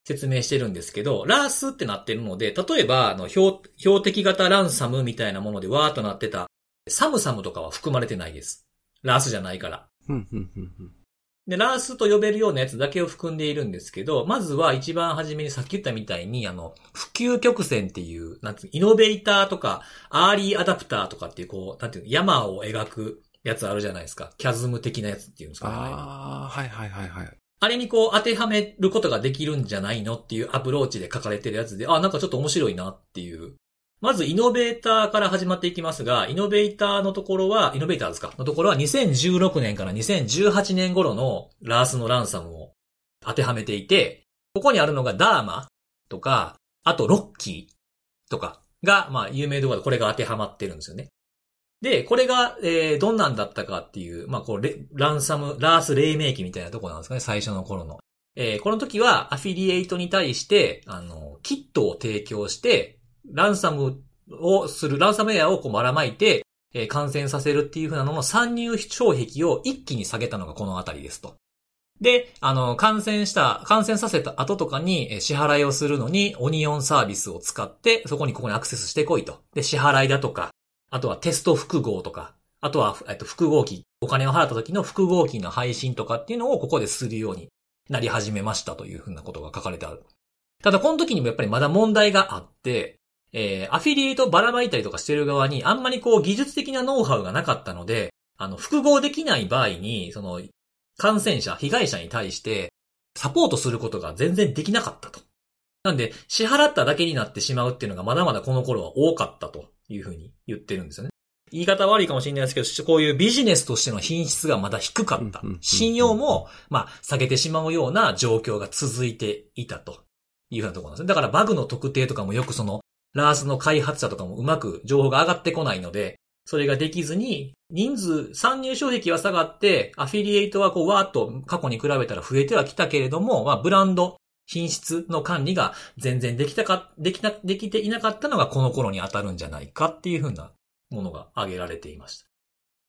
A: 説明してるんですけど、ラースってなってるので、例えば、あの、標標的型ランサムみたいなものでわーっとなってた、サムサムとかは含まれてないです。ラースじゃないから。
C: うん、うん、うんうん。
A: で、ラースと呼べるようなやつだけを含んでいるんですけど、まずは一番初めにさっき言ったみたいに、あの、普及曲線っていう、なんていうの、イノベーターとか、アーリーアダプターとかっていう、こう、なんていうの、山を描くやつあるじゃないですか。キャズム的なやつっていうんですかね。あ
C: ああ、はいはいはいはい。
A: れにこう、当てはめることができるんじゃないのっていうアプローチで書かれてるやつで、あ、なんかちょっと面白いなっていう。まず、イノベーターから始まっていきますが、イノベーターのところは、イノベーターですかのところは、2016年から2018年頃のラースのランサムを当てはめていて、ここにあるのがダーマとか、あとロッキーとかが、まあ、有名動画でこれが当てはまってるんですよね。で、これが、えー、どんなんだったかっていう、まあ、こうレ、ランサム、ラース黎明期みたいなとこなんですかね、最初の頃の。えーこの時はアフィリエイトに対して、あの、キットを提供して、ランサムをする、ランサムウェアをこうばらまいて、えー感染させるっていう風なのの参入障壁を一気に下げたのがこのあたりですと。で、あの、感染した、感染させた後とかにえー支払いをするのにオニオンサービスを使って、そこにここにアクセスしてこいと。で、支払いだとか、あとはテスト複合とか、あとは、えっと、複合機、お金を払った時の複合機の配信とかっていうのをここでするようになり始めましたというふうなことが書かれてある。ただ、この時にもやっぱりまだ問題があって、えー、アフィリエイトをばらまいたりとかしてる側に、あんまりこう技術的なノウハウがなかったので、あの、複合できない場合に、その、感染者、被害者に対して、サポートすることが全然できなかったと。なんで、支払っただけになってしまうっていうのがまだまだこの頃は多かったというふうに言ってるんですよね。言い方悪いかもしれないですけど、こういうビジネスとしての品質がまだ低かった
C: うんうんうんう。ん
A: 信用も、まあ、下げてしまうような状況が続いていたというようなところなんですね。だからバグの特定とかもよくその、ラースの開発者とかもうまく情報が上がってこないので、それができずに、人数、参入障壁は下がって、アフィリエイトはこう、わーっと過去に比べたら増えてはきたけれども、まあ、ブランド、品質の管理が全然できたか、できな、できていなかったのがこの頃に当たるんじゃないかっていうふうなものが挙げられていました。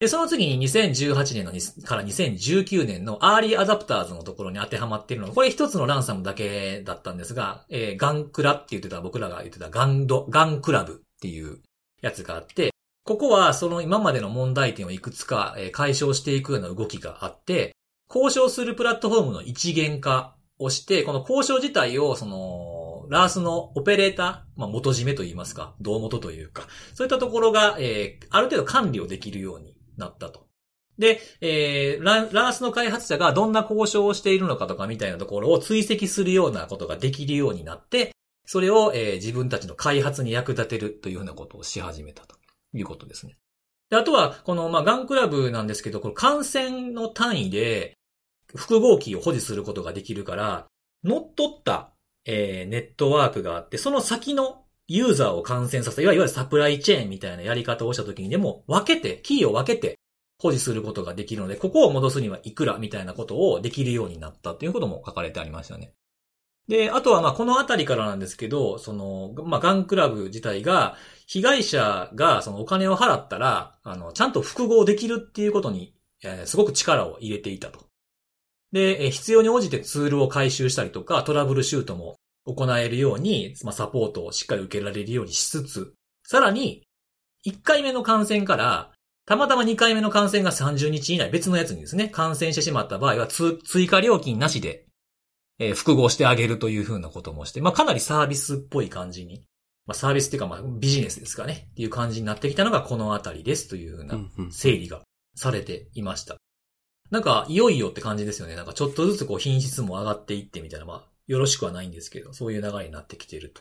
A: で、その次に2018年のにから2019年のアーリーアダプターズのところに当てはまっているのが、これ一つのランサムだけだったんですが、えーガンクラって言ってた僕らが言ってたガンド、ガンクラブっていうやつがあって、ここはその今までの問題点をいくつかえー解消していくような動きがあって、交渉するプラットフォームの一元化をして、この交渉自体をその、ラースのオペレーター、まあ、元締めと言いますか、胴元というか、そういったところが、えーある程度管理をできるようになったと。で、えーランラースの開発者がどんな交渉をしているのかとかみたいなところを追跡するようなことができるようになって、それを、えー自分たちの開発に役立てるというようなことをし始めたということですね。であとは、この、まあ、ガンクラブなんですけど、この感染の単位で複合機を保持することができるから、乗っ取った、えーネットワークがあって、その先のユーザーを感染させた、いわゆるサプライチェーンみたいなやり方をした時にでも分けて、キーを分けて保持することができるので、ここを戻すにはいくらみたいなことをできるようになったということも書かれてありましたね。で、あとはまあこのあたりからなんですけど、その、まあガンクラブ自体が、被害者がそのお金を払ったら、あの、ちゃんと複合できるっていうことに、えーすごく力を入れていたと。で、えー必要に応じてツールを回収したりとか、トラブルシュートも行えるように、まあ、サポートをしっかり受けられるようにしつつ、さらに、1回目の感染から、たまたま2回目の感染が30日以内、別のやつにですね、感染してしまった場合は、つ追加料金なしで、えー複合してあげるというふうなこともして、まあ、かなりサービスっぽい感じに、まあ、サービスっていうか、まあ、ビジネスですかね、っていう感じになってきたのがこのあたりですというふうな
C: うんうん
A: 整理がされていました。なんか、いよいよって感じですよね。なんか、ちょっとずつこう、品質も上がっていってみたいな、まあ、よろしくはないんですけど、そういう流れになってきていると。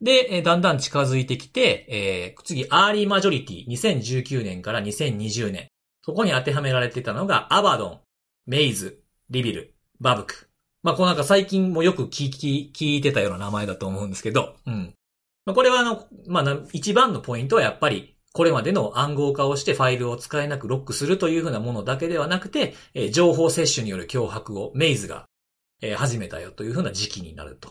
A: で、えーだんだん近づいてきて、えー次、アーリーマジョリティ、2019年から2020年。そこに当てはめられてたのが、アバドン、メイズ、リビル、バブク。まあ、こうなんか最近もよく聞き、聞いてたような名前だと思うんですけど、うん。まあ、これはあの、まあな、一番のポイントはやっぱり、これまでの暗号化をしてファイルを使えなくロックするというふうなものだけではなくて、えー情報摂取による脅迫をメイズが、えー始めたよというふうな時期になると。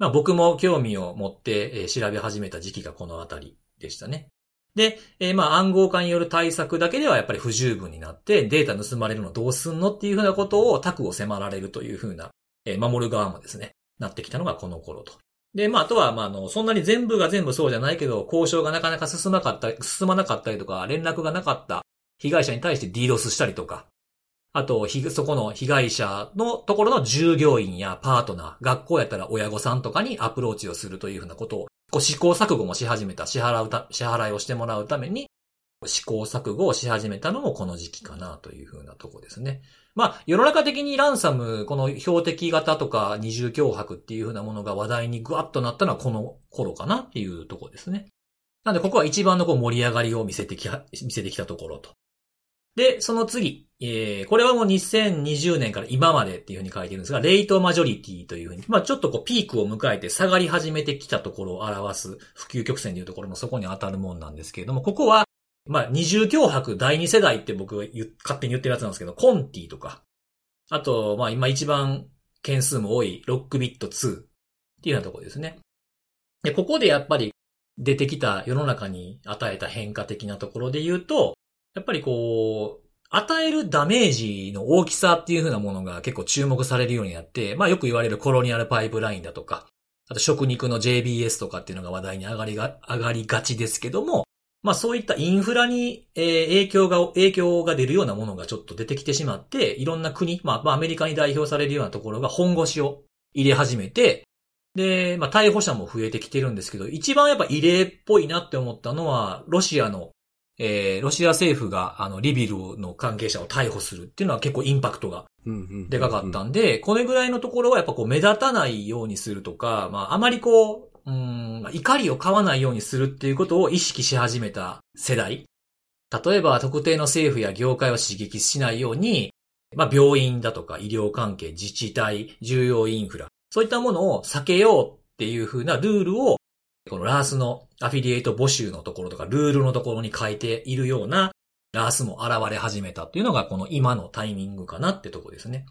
A: まあ僕も興味を持って、えー調べ始めた時期がこのあたりでしたね。で、えーまあ暗号化による対策だけではやっぱり不十分になって、データ盗まれるのどうすんのっていうふうなことをタクを迫られるというふうな、えー守る側もですね、なってきたのがこの頃と。で、まあ、あとは、まあ、あの、そんなに全部が全部そうじゃないけど、交渉がなかなか進まなかったり、進まなかったりとか、連絡がなかった被害者に対して DDoS したりとか、あと、ひそこの被害者のところの従業員やパートナー、学校やったら親御さんとかにアプローチをするというふうなことを、こう試行錯誤もし始めた、支払うた、支払いをしてもらうために、試行錯誤をし始めたのもこの時期かなというふうなとこですね。まあ、世の中的にランサム、この標的型とか二重脅迫っていう風なものが話題にグワッとなったのはこの頃かなっていうところですね。なんで、ここは一番のこう盛り上がりを見せてきは、見せてきたところと。で、その次、えー、これはもう2020年から今までっていうふうに書いてるんですが、レイトマジョリティというふうに、まあちょっとこうピークを迎えて下がり始めてきたところを表す、普及曲線でいうところもそこに当たるもんなんですけれども、ここは、まあ二重脅迫第二世代って僕が言う勝手に言ってるやつなんですけど、コンティとか、あと、まあ今一番件数も多いロックビット2っていうようなところですね。で、ここでやっぱり出てきた世の中に与えた変化的なところで言うと、やっぱりこう、与えるダメージの大きさっていう風なものが結構注目されるようになって、まあよく言われるコロニアルパイプラインだとか、あと食肉の JBS とかっていうのが話題に上がりが、上がりがちですけども、まあそういったインフラに、えー影響が、影響が出るようなものがちょっと出てきてしまって、いろんな国、まあ、まあアメリカに代表されるようなところが本腰を入れ始めて、で、まあ逮捕者も増えてきてるんですけど、一番やっぱ異例っぽいなって思ったのは、ロシアのえーロシア政府が、あの、リビルの関係者を逮捕するっていうのは結構インパクトが
C: うんうん
A: でかかったんで、これぐらいのところはやっぱこう目立たないようにするとか、まあ、あまりこう、うーん、怒りを買わないようにするっていうことを意識し始めた世代。例えば、特定の政府や業界を刺激しないように、まあ、病院だとか医療関係、自治体、重要インフラ、そういったものを避けようっていう風なルールを、このラースのアフィリエイト募集のところとか、ルールのところに書いているような、ラースも現れ始めたっていうのが、この今のタイミングかなってとこですね。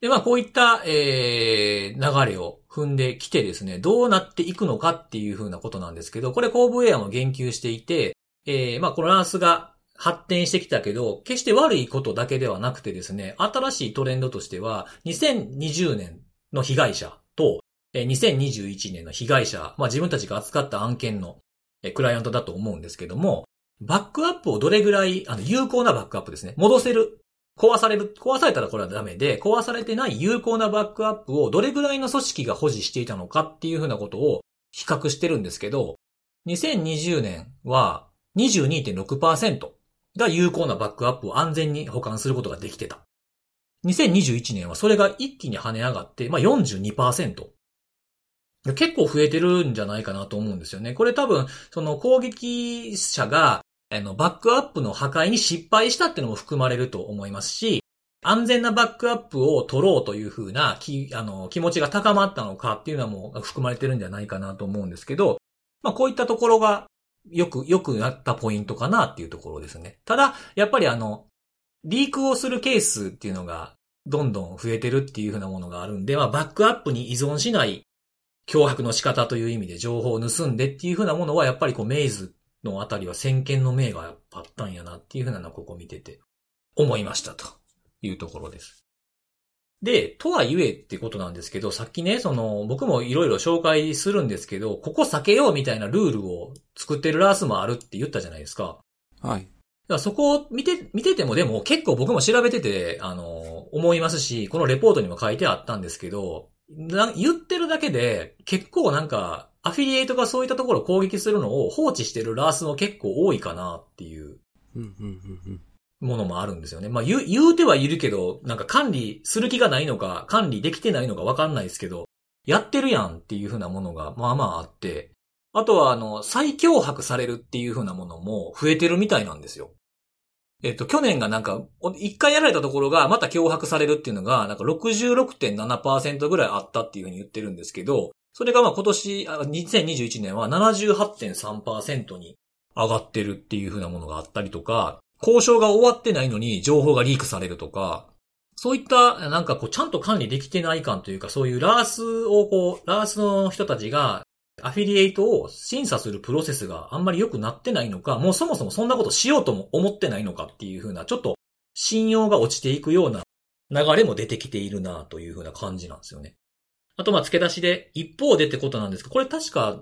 A: で、まあ、こういった、えー、流れを踏んできてですね、どうなっていくのかっていうふうなことなんですけど、これ、コーブウェアも言及していて、えー、まあ、このランスが発展してきたけど、決して悪いことだけではなくてですね、新しいトレンドとしては、2020年の被害者と、えー2021年の被害者、まあ、自分たちが扱った案件の、えークライアントだと思うんですけども、バックアップをどれぐらい、あの、有効なバックアップですね。戻せる壊される、壊されたらこれはダメで、壊されてない有効なバックアップをどれぐらいの組織が保持していたのかっていうふうなことを比較してるんですけど、2020年は22.6%が有効なバックアップを安全に保管することができてた。2021年はそれが一気に跳ね上がって、まあ42%。結構増えてるんじゃないかなと思うんですよね。これ多分、その攻撃者があの、バックアップの破壊に失敗したっていうのも含まれると思いますし、安全なバックアップを取ろうというふうなき、あの、気持ちが高まったのかっていうのはもう含まれてるんじゃないかなと思うんですけど、まあこういったところがよく、よくなったポイントかなっていうところですね。ただ、やっぱりあの、リークをするケースっていうのがどんどん増えてるっていうふうなものがあるんで、まあバックアップに依存しない脅迫の仕方という意味で情報を盗んでっていうふうなものはやっぱりこうメイズのあたりは先見の明がやっぱあったんやなっていうふうなのをここ見てて思いましたというところです。で、とはいえってことなんですけど、さっきね、その、僕もいろいろ紹介するんですけど、ここ避けようみたいなルールを作ってるラースもあるって言ったじゃないですか。
C: は
A: だ
C: い。
A: からそこを見て、見ててもでも結構僕も調べてて、あの、思いますし、このレポートにも書いてあったんですけど、な言ってるだけで、結構なんか、アフィリエイトがそういったところを攻撃するのを放置してるラースも結構多いかなっていう
C: うんうんうん
A: ものもあるんですよね。まあ言う、言うてはいるけど、なんか管理する気がないのか、管理できてないのかわかんないですけど、やってるやんっていう風なものがまあまああって、あとはあの、再脅迫されるっていう風なものも増えてるみたいなんですよ。えっと、去年がなんか、お一回やられたところがまた脅迫されるっていうのが、なんか66.7%ぐらいあったっていう風に言ってるんですけど、それがまあ今年、あ2021年は78.3%に上がってるっていう風なものがあったりとか、交渉が終わってないのに情報がリークされるとか、そういった、なんかこう、ちゃんと管理できてない感というか、そういうラースをこう、ラースの人たちが、アフィリエイトを審査するプロセスがあんまり良くなってないのか、もうそもそもそんなことしようとも思ってないのかっていう風な、ちょっと信用が落ちていくような流れも出てきているなという風な感じなんですよね。あと、まあ、付け出しで、一方でってことなんですけど、これ確か、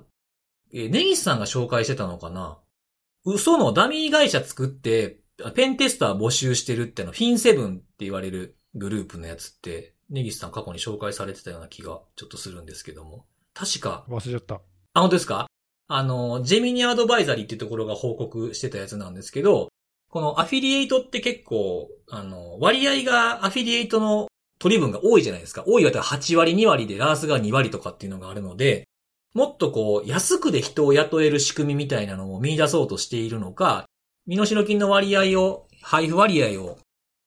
A: えー、ネギスさんが紹介してたのかな嘘のダミー会社作って、ペンテスター募集してるっての、フィンセブンって言われるグループのやつって、ネギスさん過去に紹介されてたような気がちょっとするんですけども。確か、
B: 忘れちゃった。
A: あ、本当ですかあの、ジェミニアアドバイザリーっていうところが報告してたやつなんですけど、このアフィリエイトって結構、あの、割合がアフィリエイトの取り分が多いじゃないですか。多い割は8割、2割でラースが2割とかっていうのがあるので、もっとこう、安くで人を雇える仕組みみたいなのを見出そうとしているのか、身代金の割合を配布割合を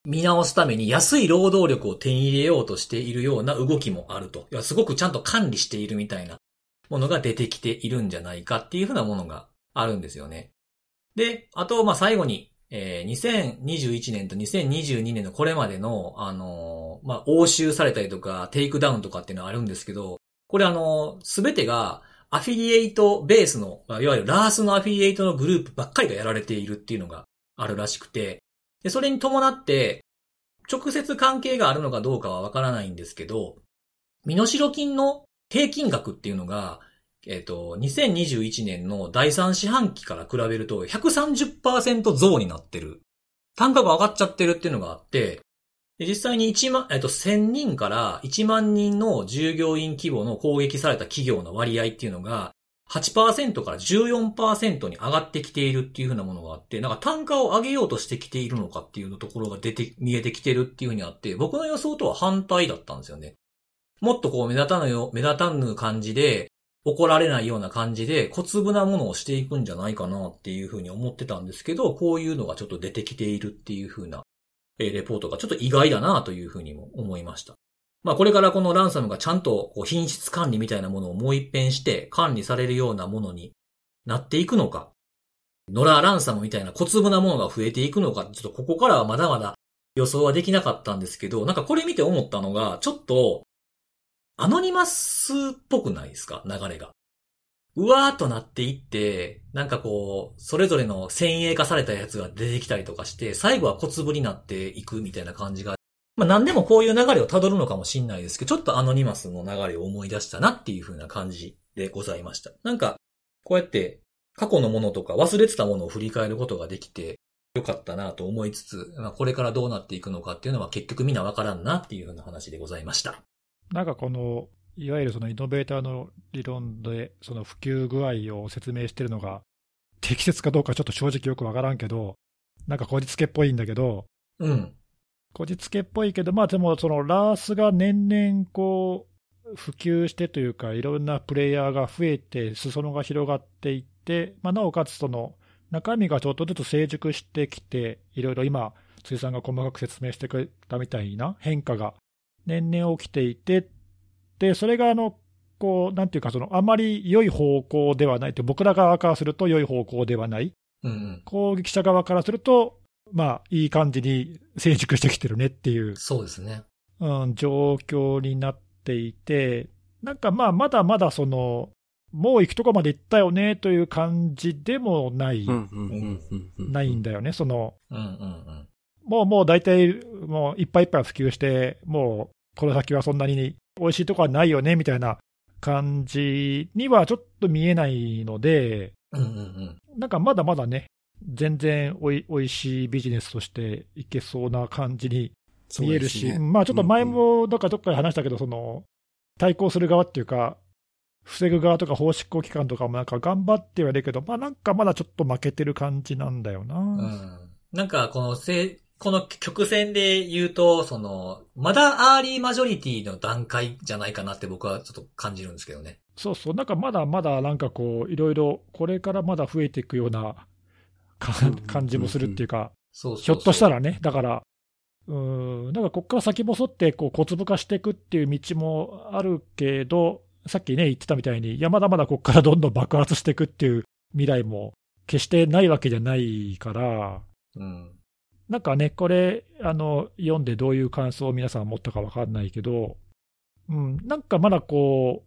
A: 見直すために安い労働力を手に入れようとしているような動きもあると。いやすごくちゃんと管理しているみたいなものが出てきているんじゃないかっていうふうなものがあるんですよね。で、あと、まあ、最後に、えー2021年と2022年のこれまでの、あのーまあ、押収されたりとか、テイクダウンとかっていうのはあるんですけど、これあのー、すべてが、アフィリエイトベースの、まあいわゆるラースのアフィリエイトのグループばっかりがやられているっていうのがあるらしくて、で、それに伴って、直接関係があるのかどうかはわからないんですけど、身代金の平均額っていうのが、えっ、と、2021年の第3四半期から比べると130%増になってる。単価が上がっちゃってるっていうのがあって、で実際に1万、えっ、と、1000人から1万人の従業員規模の攻撃された企業の割合っていうのが、8%から14%に上がってきているっていうふうなものがあって、なんか単価を上げようとしてきているのかっていうところが出て、見えてきてるっていうふうにあって、僕の予想とは反対だったんですよね。もっとこう目立たぬよ、目立たぬ感じで、怒られないような感じで小粒なものをしていくんじゃないかなっていうふうに思ってたんですけど、こういうのがちょっと出てきているっていうふうな、えーレポートがちょっと意外だなというふうにも思いました。まあこれからこのランサムがちゃんとこう品質管理みたいなものをもう一遍して管理されるようなものになっていくのか、ノラランサムみたいな小粒なものが増えていくのか、ちょっとここからはまだまだ予想はできなかったんですけど、なんかこれ見て思ったのが、ちょっとアノニマスっぽくないですか流れが。うわーっとなっていって、なんかこう、それぞれの先鋭化されたやつが出てきたりとかして、最後は小粒になっていくみたいな感じが、まあ何でもこういう流れを辿るのかもしんないですけど、ちょっとアノニマスの流れを思い出したなっていう風な感じでございました。なんか、こうやって過去のものとか忘れてたものを振り返ることができて、よかったなと思いつつ、まあこれからどうなっていくのかっていうのは結局みんなわからんなっていう風な話でございました。
B: なんかこの、いわゆるそのイノベーターの理論で、その普及具合を説明してるのが、適切かどうかちょっと正直よくわからんけど、なんかこじつけっぽいんだけど、
A: うん。
B: こじつけっぽいけど、まあでも、そのラースが年々こう、普及してというか、いろんなプレイヤーが増えて、裾野が広がっていって、まあ、なおかつその、中身がちょっとずつ成熟してきて、いろいろ今、辻さんが細かく説明してくれたみたいな変化が年々起きていて、で、それがあの、こう、なんていうか、その、あまり良い方向ではないって、僕ら側からすると良い方向ではない。
A: うんうん。
B: 攻撃者側からすると、まあ、いい感じに成熟してきてるねっていう、
A: そうですね。
B: うん、状況になっていて、なんかまあ、まだまだその、もう行くとこまで行ったよねという感じでもない、
C: うんうんうんうんうん
B: ないんだよね。その、
A: うんうんうん。
B: もうもう大体、もういっぱいいっぱい普及して、もうこの先はそんなに美味しいとこはないよねみたいな感じにはちょっと見えないので、
A: うんうんうん。
B: なんかまだまだね、全然おいおいしいビジネスとしていけそうな感じに見えるし、うんまあちょっと前、もどっかどっかで話したけど、その対抗する側っていうか、防ぐ側とか法執行機関とかもなんか頑張ってはいるけど、まあなんかまだちょっと負けてる感じなんだよな。
A: うんなんか、このせ、この曲線で言うと、その、まだアーリーマジョリティの段階じゃないかなって僕はちょっと感じるんですけどね。
B: そうそう、なんかまだまだなんかこう、いろいろこれからまだ増えていくようなか
C: うん
B: 感じもするっていうか、
A: そうそう
B: ひょっとした
A: ら。
B: らね、だから、うーん、だからここから先細ってこう小粒化していくっていう道もあるけど、さっきね、言ってたみたいに、いや、まだまだここからどんどん爆発していくっていう未来も決してないわけじゃないから、
A: うん。
B: なんかね、これ、あの、読んでどういう感想を皆さん持ったかわかんないけど、うん、なんかまだこ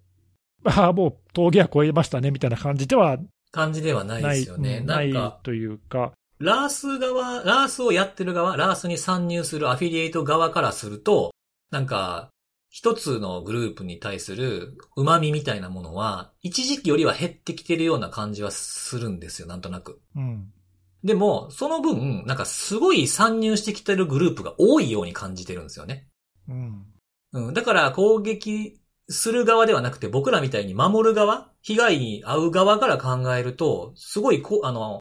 B: う、ああ、もう峠は越えましたねみたいな感じでは
A: 感じではない
B: な
A: で
B: い
A: すよね。
B: うん
A: な
B: なんい
A: か、
B: というか、
A: ラース側、ラースをやってる側、ラースに参入するアフィリエイト側からすると、なんか、一つのグループに対する旨味みたいなものは、一時期よりは減ってきてるような感じはするんですよ、なんとなく。
B: うん、
A: でも、その分、なんかすごい参入してきてるグループが多いように感じてるんですよね。
B: うん、
A: うん。だから攻撃する側ではなくて、僕らみたいに守る側、被害に遭う側から考えると、すごいこう、あの、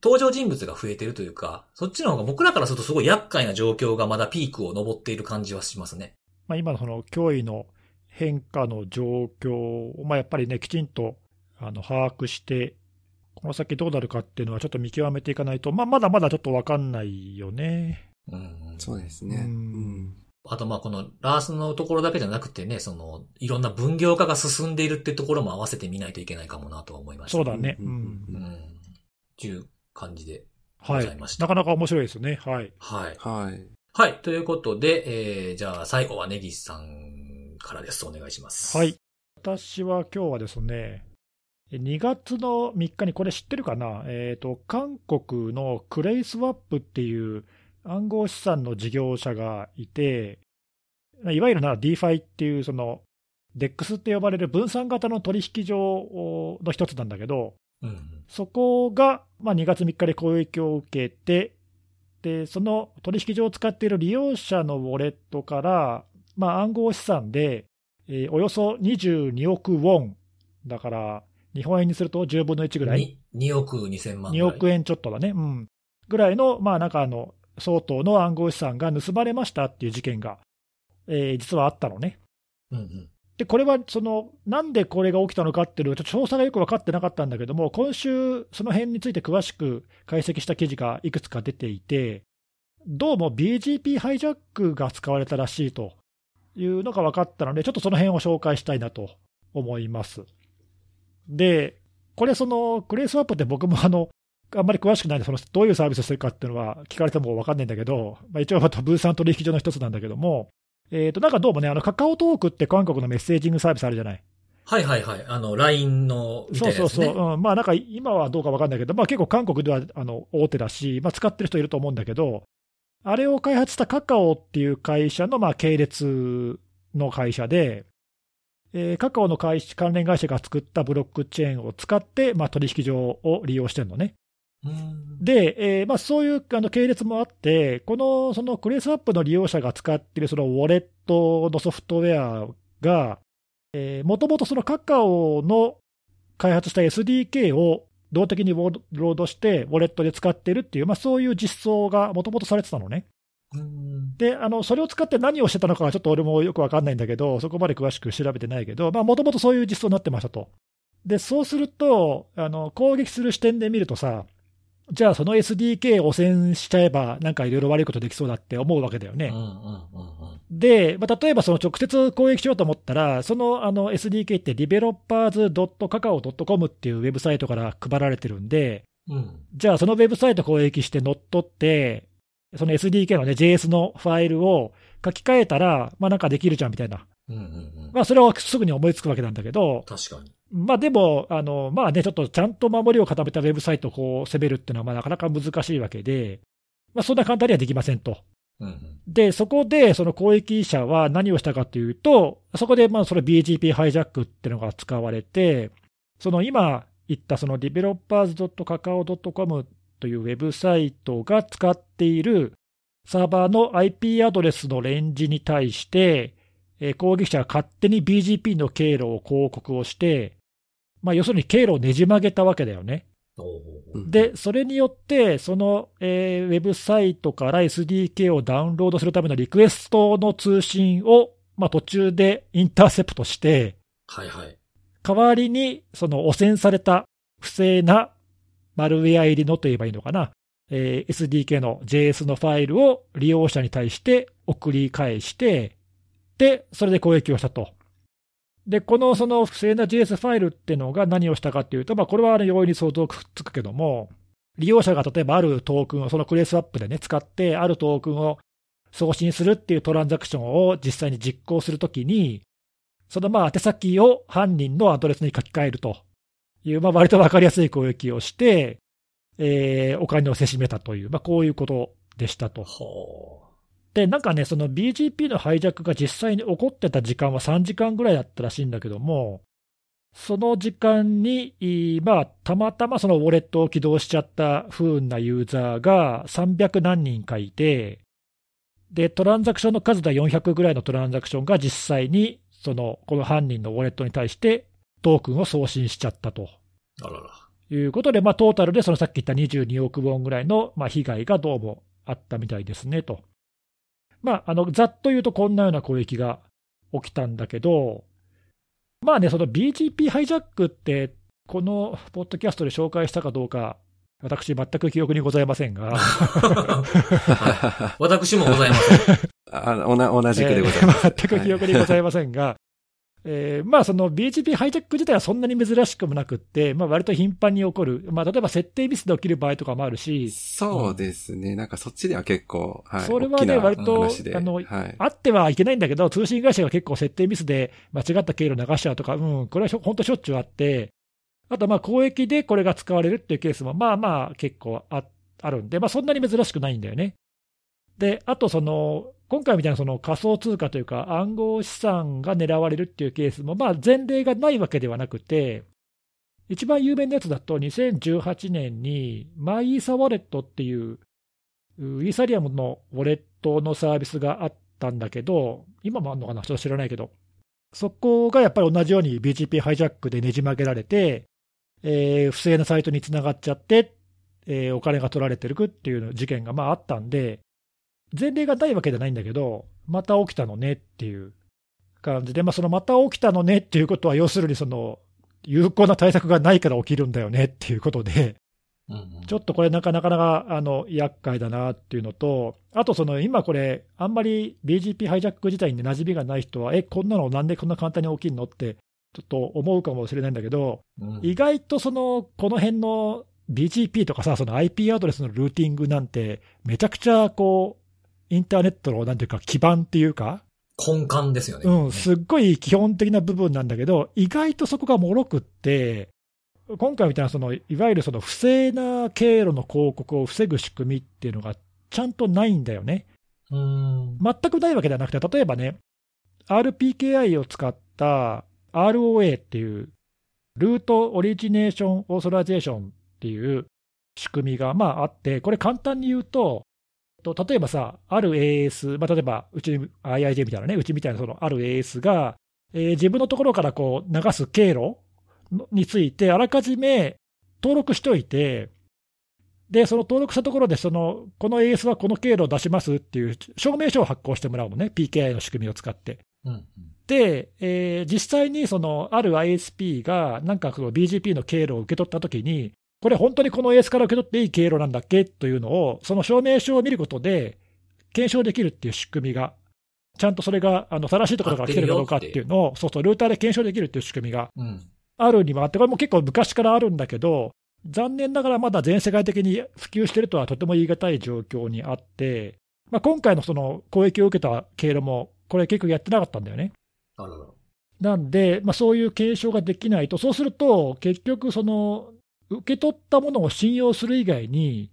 A: 登場人物が増えてるというか、そっちの方が僕らからするとすごい厄介な状況がまだピークを登っている感じはしますね。
B: まあ、今のその脅威の変化の状況を、まあ、やっぱりね、きちんとあの把握して、この先どうなるかっていうのはちょっと見極めていかないと、まあ、まだまだちょっとわかんないよね。
A: うん
C: そうですね。
B: う
C: うんん。
A: あとまあこのラースのところだけじゃなくてね、その、いろんな分業化が進んでいるってところも合わせてみないといけないかもなとは思いました。
B: そうだね。う
C: うんうん
B: ん
A: う。ん。という感じでご
B: は
A: ざ
B: い
A: い。ました。
B: なかなか面白いですね。はい。
A: はい。
C: はい。
A: はい。ということで、えー、じゃあ最後はネギさんからです。お願いします。
B: はい。。私は今日はですね、2月の3日に、これ知ってるかな、えーと、韓国のクレイスワップっていう暗号資産の事業者がいて、いわゆるな DeFi っていう、その DEX って呼ばれる分散型の取引所の一つなんだけど、
A: うん。
B: そこが、まあ、2月3日で攻撃を受けて、でその取引所を使っている利用者のウォレットから、まあ、暗号資産で、えーおよそ22億ウォン、だから日本円にすると10分の1ぐらい、
A: に 2, 億2千万ぐ
B: 2
A: らい。
B: 億円ちょっとだね、うん、ぐらいの,、まあ、なんかあの相当の暗号資産が盗まれましたっていう事件が、えー実はあったのね。
A: うんうん。
B: で、これはその、なんでこれが起きたのかっていうのは、ちょっと調査がよく分かってなかったんだけども、今週、その辺について詳しく解析した記事がいくつか出ていて、どうも BGP ハイジャックが使われたらしいというのが分かったので、ちょっとその辺を紹介したいなと思います。で、これ、そのクレイスワップって僕もあの、あんまり詳しくないんで、そのどういうサービスをしてるかっていうのは聞かれても分かんないんだけど、まあ、一応、分散取引所の一つなんだけども、えー、となんかどうもね、あのカカオトークって韓国のメッセージングサービスあるじゃない、
A: はいはいはい。あの、LINE の、み
B: そ
A: た
B: う
A: いな
B: そ
A: や
B: う
A: つ
B: そ
A: ね。
B: う、うん、まあなんか今はどうか分かんないけど、まあ、結構韓国ではあの大手だし、まあ、使ってる人いると思うんだけど、あれを開発したカカオっていう会社のまあ系列の会社で、えーカカオの会社関連会社が作ったブロックチェーンを使って、まあ、取引所を利用してるのね。
A: うん
B: で、えーまあ、そういうあの系列もあって、このそのクレイスアップの利用者が使っているそのウォレットのソフトウェアが、もともとそのカカオの開発した SDK を動的にロードして、ウォレットで使っているっていう、まあ、そういう実装がもともとされてたのね。
A: うん
B: であの、それを使って何をしてたのかはちょっと俺もよくわかんないんだけど、そこまで詳しく調べてないけど、もともとそういう実装になってましたと。で、そうするとあの、攻撃する視点で見るとさ、じゃあその SDK を汚染しちゃえば、なんかいろいろ悪いことできそうだって思うわけだよ
A: うんう
B: ね。
A: んうんうん
B: で、まあ、例えばその直接攻撃しようと思ったら、そのあの SDK って developers.kakao.com っていうウェブサイトから配られてるんで、
A: うん。
B: じゃあそのウェブサイト攻撃して乗っ取って、その SDK のね、JS のファイルを書き換えたら、まあなんかできるじゃんみたいな。
A: うんうんうん。
B: まあそれはすぐに思いつくわけなんだけど、
A: 確かに。
B: まあでも、あの、まあね、ちょっとちゃんと守りを固めたウェブサイトをこう攻めるっていうのはまあなかなか難しいわけで、まあそんな簡単にはできませんと。
A: うんうん。
B: で、そこで、その攻撃者は何をしたかというと、そこで、まあ、その BGP ハイジャックっていうのが使われて、その今言った、その developers.kakao.com というウェブサイトが使っているサーバーの IP アドレスのレンジに対して、えー攻撃者が勝手に BGP の経路を広告をして、まあ、要するに経路をねじ曲げたわけだよね。
A: おー
C: うん
B: で、それによって、その、えーウェブサイトから SDK をダウンロードするためのリクエストの通信を、まあ、途中でインターセプトして、
A: はいはい。
B: 代わりに、その汚染された不正なマルウェア入りのといえばいいのかな、えー SDK の JS のファイルを利用者に対して送り返して、で、それで攻撃をしたと。で、このその不正な JS ファイルっていうのが何をしたかっていうと、まあ、これはあの容易に想像つくけども、利用者が例えばあるトークンを、そのクレースアップでね、使って、あるトークンを送信するっていうトランザクションを実際に実行するときに、そのまあ宛先を犯人のアドレスに書き換えるという、まあ割と分かりやすい攻撃をして、えーお金をせしめたという、まあ、こういうことでしたと。
A: ほ
B: で、なんかね、その BGP のハイジャックが実際に起こってた時間は3時間ぐらいだったらしいんだけども、その時間に、いまあ、たまたまそのウォレットを起動しちゃった不運なユーザーが300何人かいて、で、トランザクションの数では400ぐらいのトランザクションが実際に、その、この犯人のウォレットに対してトークンを送信しちゃったと。
A: う。あら ら。
B: いうことで、まあ、トータルでそのさっき言った22億ウォンぐらいの、まあ、被害がどうもあったみたいですねと。まあ、あのざっと言うと、こんなような攻撃が起きたんだけど、まあね、その BGP ハイジャックって、このポッドキャストで紹介したかどうか、私、全く記憶にございません が、
A: 私もございません。
C: あおな同じくでございます。
B: えー 全く記憶にございませんが、えーまあ、その BGP ハイジャック自体はそんなに珍しくもなくって、まあ割と頻繁に起こる、まあ、例えば設定ミスで起きる場合とかもあるし、
C: そうですね。なんかそっちでは結構、はい。
B: それはね
C: 大きな
B: 割
A: と
C: 話で
B: あの
C: はい。
B: あってはいけないんだけど、通信会社が結構設定ミスで間違った経路流しちゃうとか、うん、これはしょ本当しょっちゅうあって、あとまあ公益でこれが使われるっていうケースも、まあまあ結構ああるんで、まあ、そんなに珍しくないんだよね。で、あとその、今回みたいなその仮想通貨というか、暗号資産が狙われるっていうケースも、まあ、前例がないわけではなくて、一番有名なやつだと、2018年に、マイイーサウォレットっていう、うイーサリアムのウォレットのサービスがあったんだけど、今もあるのかな、ちょっと知らないけど、そこがやっぱり同じように BGP ハイジャックでねじ曲げられて、えー不正なサイトにつながっちゃって、えーお金が取られてるっていう事件がまああったんで、前例がないわけじゃないんだけど、また起きたのねっていう感じで、まあ、そのまた起きたのねっていうことは、要するにその有効な対策がないから起きるんだよねっていうことで。ちょっとこれなかなかなかあの厄介だなっていうのと、あとその今これ、あんまり BGP ハイジャック自体に馴染みがない人は、え、こんなのなんでこんな簡単に起きるのって、ちょっと思うかもしれないんだけど、
A: うん
B: 意外とその、この辺の BGP とかさ、その IP アドレスのルーティングなんて、めちゃくちゃこう、インターネットのなんていうか基盤っていうか、
A: 根幹ですよね。
B: うん、すっごい基本的な部分なんだけど、意外とそこがもろくって、今回みたいなその、いわゆるその不正な経路の広告を防ぐ仕組みっていうのがちゃんとないんだよね。
A: うん。
B: 全くないわけではなくて、例えばね、RPKI を使った ROA っていう、ルートオリジネーションオーソライゼーションっていう仕組みがまああって、これ簡単に言うと、と例えばさ、ある AS、まあ、例えばうち、IIJ みたいなね、うちみたいなそのある AS が、えー自分のところからこう流す経路のについて、あらかじめ登録しといて、で、その登録したところで、その、この AS はこの経路を出しますっていう証明書を発行してもらうのね、PKI の仕組みを使って。
A: うん。
B: で、えー実際にその、ある ISP が、なんかその BGP の経路を受け取ったときに、これ本当にこの AS から受け取っていい経路なんだっけというのを、その証明書を見ることで、検証できるっていう仕組みが、ちゃんとそれが、あの、正しいところから来てるかどうかっていうのを、そうそう、ルーターで検証できるっていう仕組みが
A: うん。
B: あるにもあって、これも結構昔からあるんだけど、残念ながらまだ全世界的に普及してるとはとても言い難い状況にあって、まあ、今回のその攻撃を受けた経路も、これ結局やってなかったんだよね。
A: あらら。
B: なんで、まあ、そういう継承ができないと、そうすると、結局、その、受け取ったものを信用する以外に、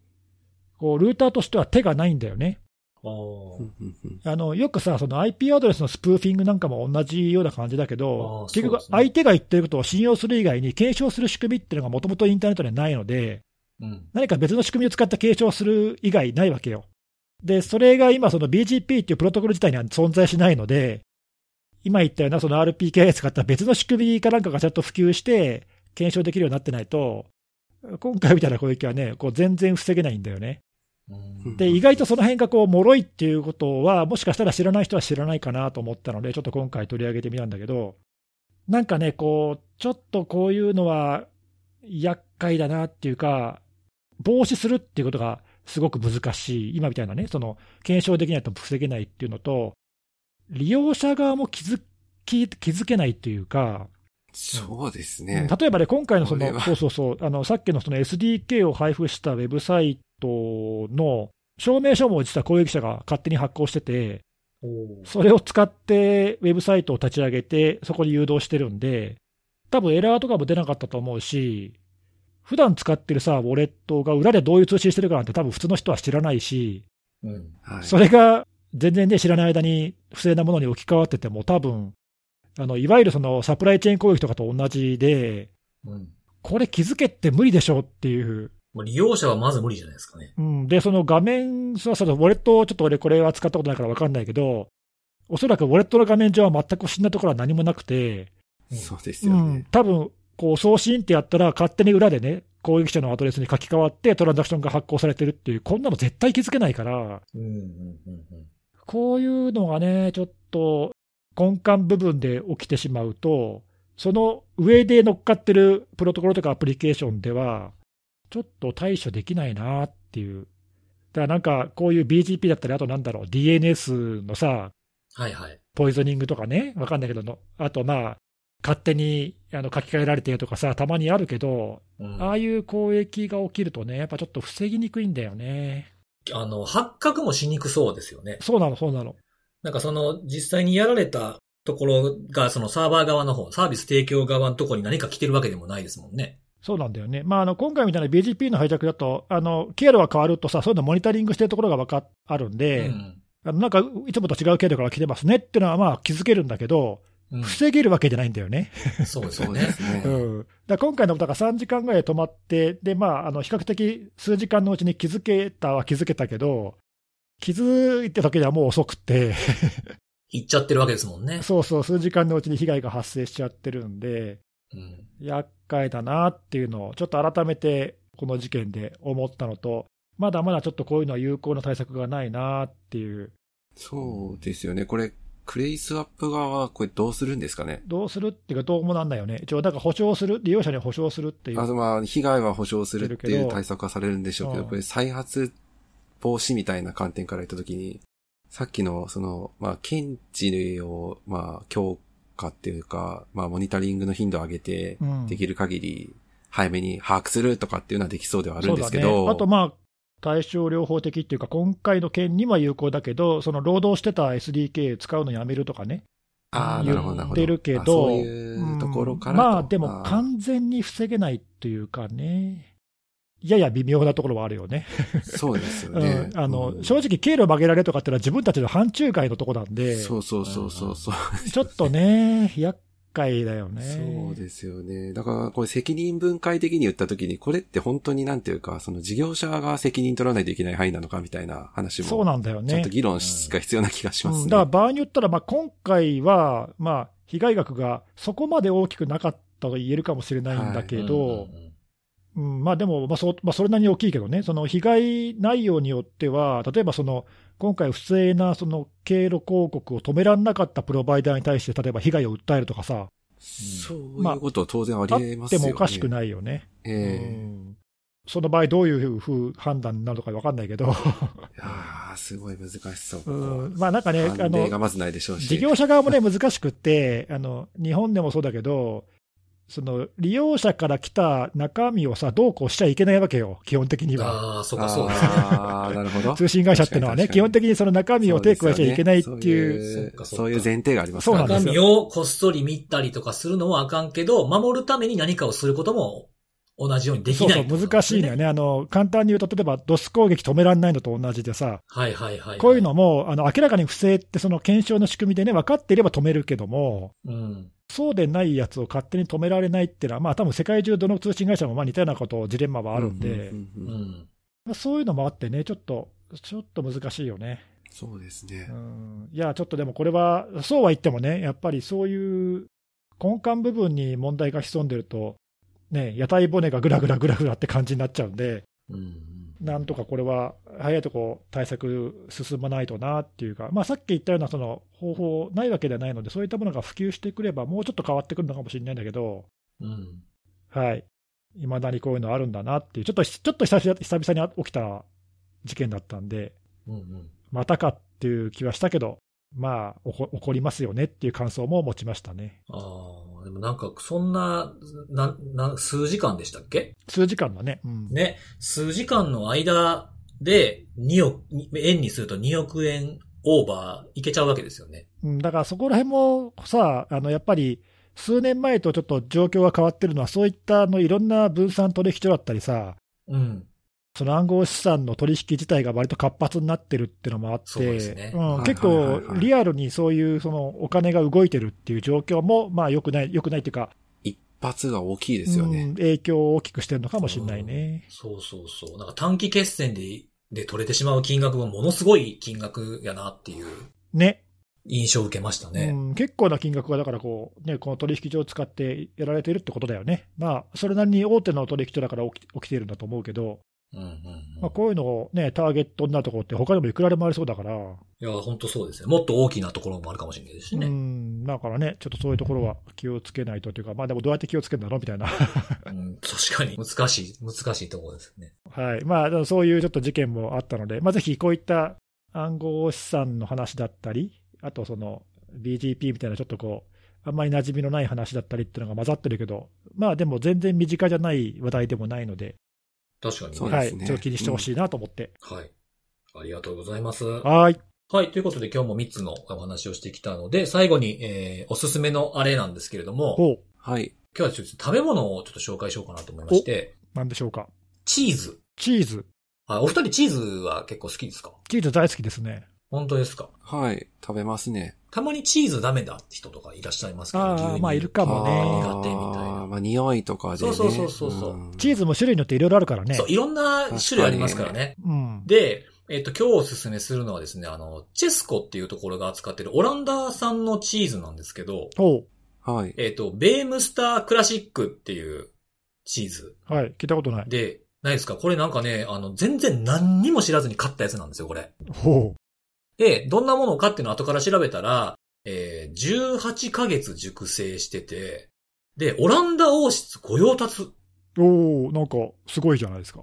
B: こう、ルーターとしては手がないんだよね。
A: お
C: うんうんうん
B: あのよくさ、その IP アドレスのスプーフィングなんかも同じような感じだけど
A: あ、ー
B: 結
A: そうで、
B: 局
A: すね
B: 相手が言ってることを信用する以外に、検証する仕組みっていうのがもともとインターネットにはないので、
A: うん。
B: 何か別の仕組みを使った検証する以外ないわけよ。で、それが今、その BGP っていうプロトコル自体には存在しないので、今言ったようなその RPK 使った別の仕組みかなんかがちゃんと普及して、検証できるようになってないと、今回みたいな攻撃はね、こう全然防げないんだよね。
A: うん
B: で、意外とその辺がこう、脆いっていうことは、もしかしたら知らない人は知らないかなと思ったので、ちょっと今回取り上げてみたんだけど、なんかね、こう、ちょっとこういうのは、厄介だなっていうか、防止するっていうことがすごく難しい。今みたいなね、その、検証できないと防げないっていうのと、利用者側も気づき、気づけないっていうか、
C: そうです
B: うん
C: ね。
B: 例えばね、今回のそ
C: これ
B: の、
C: は
B: そうそうそう、あのさっきのその SDK を配布したウェブサイトの証明書も実は攻撃者が勝手に発行してて、
A: おー
B: それを使ってウェブサイトを立ち上げて、そこに誘導してるんで、多分エラーとかも出なかったと思うし、普段使ってるさ、ウォレットが裏でどういう通信してるかなんて、多分普通の人は知らないし、
A: うん。
C: はい
B: それが全然ね、知らない間に不正なものに置き換わってても、多分あのいわゆるそのサプライチェーン攻撃とかと同じで、
A: うん。
B: これ気づけって無理でしょっていう。
A: まあ利用者はまず無理じゃないですかね。
B: うん、で、その画面、そのそのウォレットをちょっと俺これは使ったことないから分かんないけど、おそらくウォレットの画面上は全く不審なところは何もなくて、
C: そうです
B: う
C: よ
B: ん
C: ね。、
B: 多分こう送信ってやったら勝手に裏でね、攻撃者のアドレスに書き換わってトランザクションが発行されてるっていう、こんなの絶対気づけないから、
A: うん。うん。うんうん。
B: こういうのがね、ちょっと根幹部分で起きてしまうと、その上で乗っかってるプロトコルとかアプリケーションでは、ちょっと対処できないなっていう。だからなんか、こういう BGP だったり、あとなんだろう、DNS のさ、
A: はいはい。
B: ポイズニングとかね、わかんないけどの、あとまあ、勝手にあの書き換えられてるとかさ、たまにあるけど、
A: うん、
B: ああいう攻撃が起きるとね、やっぱちょっと防ぎにくいんだよね。
A: あの、発覚もしにくそうですよね。
B: そうなの、そうなの。
A: なんかその、実際にやられたところが、そのサーバー側の方、サービス提供側のところに何か来てるわけでもないですもんね。
B: そうなんだよね。まあ、あの今回みたいな BGP のハイジャックだと、あの経路が変わるとさ、そういうのモニタリングしてるところがわかあるん
A: う
B: で、
A: ん
B: あのなんかいつもと違う経路から来てますねっていうのはまあ気づけるんだけど、
A: うん。
B: 防げるわけじゃないんだよね。
A: そうです
C: そ
A: よ
C: うで
A: ね。
C: すね
B: う。ん、だから今回のことが3時間ぐらい止まって、でまあ、あの比較的数時間のうちに気づけたは気づけたけど、気づいた時にはもう遅くて、
A: 行っちゃってるわけですもんね。
B: そうそう、数時間のうちに被害が発生しちゃってるんで、
A: うん。
B: 厄介だなっていうのを、ちょっと改めてこの事件で思ったのと、まだまだちょっとこういうのは有効な対策がないなっていう、
C: そうですよね。これ、クレイスワップ側はこれどうするんですかね
B: どうするっていうか、どうもなんないよね、一応、なんか保証する、利用者に保証するっていう、
C: あとまあ、被害は保障するって
B: してる
C: い
B: け
C: う
B: ど
C: 対策はされるんでしょうけど、
B: うん
C: これ再発防止みたいな観点から言ったときに、さっきの、その、まあ、検知を、まあ、強化っていうか、まあ、モニタリングの頻度を上げて、
B: うん
C: できる限り、早めに把握するとかっていうのはできそうではあるんですけ
B: そうだ
C: ど、
B: ね、あとまあ、対症療法的っていうか、今回の件には有効だけど、その労働してた SDK 使うのやめるとかね、
C: ああ、なるほど、な
B: 言っ
C: るほど。
B: てるけど、
C: あそういうところからと、
B: うんまあでも完全に防げないというかね、やや微妙なところはあるよね。
C: あーそうですよ
B: う
C: ね
B: ん。あの
C: うん
B: 正直、経路を曲げられるとかっていうのは自分たちの範疇外のとこなんで、
C: そうそうそうそうそう。
B: ちょっとね、厄介だよね。
C: そうですよね。だから、これ責任分解的に言ったときに、これって本当になんていうか、その事業者が責任取らないといけない範囲なのかみたいな話も、
B: そうなんだよ
C: ちゃん
B: ね
C: と。議論しが必要な気がしますね。
B: うんだから場合によったら、まあ、今回は、まあ、被害額がそこまで大きくなかったと言えるかもしれないんだけど、
A: うんうん
B: うんまあ、でも、まあそうまあ、それなりに大きいけどね、その被害内容によっては、例えばその今回、不正なその経路広告を止められなかったプロバイダーに対して、例えば被害を訴えるとかさ、
C: そういうことは当然あ
B: あっ
C: りえます
B: て
C: よね。
B: もおかしく
C: い。
B: ないよね。う
C: え
B: んその場合、どういうふう判断になるのか分かんないけど、
C: えいやーすごい難しそう。
B: うんまあ、なんかね、あ
C: 判
B: の
C: 定がまずないでしょうし。
B: 事業者側もね、難しくって、あの日本でもそうだけど、その利用者から来た中身をさ、どうこうしちゃいけないわけよ、基本的には。
A: ああ、そうかそうですね。
C: ああ、なるほ ど。
B: 通信会社ってのはね、
C: 確か
B: 基
C: に
B: 本的にその中身を手加えちゃいけないっていう、
C: そうですよ
A: そ
C: ね
A: っかそっか
C: そういう前提があります
B: そうなんで
A: 中
B: すよ
A: 身をこっそり見たりとかするのはあかんけど、守るために何かをすることも同じようにで
B: そ
A: き
B: う
A: ない
B: そ
A: っ
B: う
A: てことなんですね、
B: 難しいのよねあの、簡単に言うと、例えばドス攻撃止められないのと同じでさ、
A: はいはいはい。
B: こういうのもあの明らかに不正って、その検証の仕組みでね、分かっていれば止めるけども、
A: うん。
B: そうでないやつを勝手に止められないっていうのは、まあ多分世界中どの通信会社もまあ似たようなこと、ジレンマはあるんで。
C: うんうん
A: う
C: うんうん
A: ん。
B: まあそういうのもあってね、ちょっと、ちょっと難しいよね。
C: そうです
B: う
C: ね。
B: ん、いや、ちょっとでもこれは、そうは言ってもね、やっぱりそういう根幹部分に問題が潜んでると、ね、屋台骨がぐらぐらぐらぐらって感じになっちゃうんで、
A: うん。
B: なんとかこれは早いとこ対策進まないとなっていうか、まあ、さっき言ったようなその方法ないわけではないので、そういったものが普及してくれば、もうちょっと変わってくるのかもしれないんだけど、
A: うん。
B: はい。いまだにこういうのあるんだなっていう、ちょっと、ちょっと久々久々に起きた事件だったんで、
A: うんうん。
B: またかっていう気はしたけど、まあ、おこ起こりますよねっていう感想も持ちましたね。
A: ああ、でもなんか、そんな、な、な、数時間でしたっけ
B: 数時間だね。うん
A: ね、数時間の間で、2億、円にすると2億円オーバーいけちゃうわけですよね。
B: うんだからそこら辺もさ、あのやっぱり数年前とちょっと状況が変わってるのは、そういったあのいろんな分散取引所だったりさ、
A: うん。
B: その暗号資産の取引自体が割と活発になってるっていうのもあっ
A: そうです
B: て、
A: ね
B: う
C: は
B: ん
C: い
B: 結
C: はい
B: 構
C: はいはい
B: リアルにそういうそのお金が動いてるっていう状況も、まあ良くない、良くないっていうか、
C: 一発が大きいですよ
B: う
C: ね。
B: ん影響を大きくしてるのかもしれないね。
A: そうそうそう。なんか短期決戦で、で取れてしまう金額はものすごい金額やなっていう
B: ね。
A: 印象を受けましたね。
B: うん、結構な金額が、だからこう、ね、この取引所を使ってやられてるってことだよね、まあ、それなりに大手の取引所だから起き起きているんだと思うけど、
A: うんうんうん
B: まあ、こういうのを、ね、ターゲットになるところって、他にもいくらでもありそうだから、
A: いや、本当そうですね。もっと大きなところもあるかもしれないですし
B: う
A: ね。
B: んうん、だからね、ちょっとそういうところは気をつけないとというか、まあでもどうやって気をつけるんだろうみたいな、
A: うん、確かに難しい、難しいところですね。
B: はいまあ、でもそういうちょっと事件もあったので、まあ、ぜひこういった暗号資産の話だったり、あとその BGP みたいな、ちょっとこう、あんまり馴染みのない話だったりっていうのが混ざってるけど、まあでも全然身近じゃない話題でもないので、
A: 確かに
C: そう
A: ね。
B: は
C: で
B: い、
C: す
B: ち
C: ね
B: ょっと気にしてほしいなと思って。
A: はい。ありがとうございます。
B: はい、
A: はい。ということで今日も3つのお話をしてきたので、最後に、えー、おすすめのあれなんですけれども、今
B: ほう、
C: はい。
A: 日はちょっと食べ物をちょっと紹介しようかなと思いまして、
B: なんでしょうか。
A: チーズ。
B: チーズ、
A: あ、お二人チーズは結構好きですか
B: チーズ大好きですね。
A: 本当ですか
C: はい。食べますね。
A: たまにチーズダメだって人とかいらっしゃいますけど、牛
B: ああ、
A: 乳
B: まあいるかもね。
A: 苦手みたいな
C: あーまあ、匂いとかで
A: そ
C: ね。
A: うそうそうそうそうん
B: チーズも種類によっていろいろあるからね。
A: そう、いろんな種類ありますからね。
B: うん。
A: で、えっと、今日おすすめするのはですね、あの、チェスコっていうところが扱ってるオランダ産のチーズなんですけど、
B: ほ
C: はい。
A: えっと、ベームスタークラシックっていうチーズ。
B: う、はい、聞いたことない。
A: で、ないですかこれなんかね、あの、全然何にも知らずに買ったやつなんですよ、これ。
B: ほう、
A: で、どんなものかっていうのを後から調べたら、えー、18ヶ月熟成してて、で、オランダ王室御用達。
B: おおなんかすごいじゃないですか。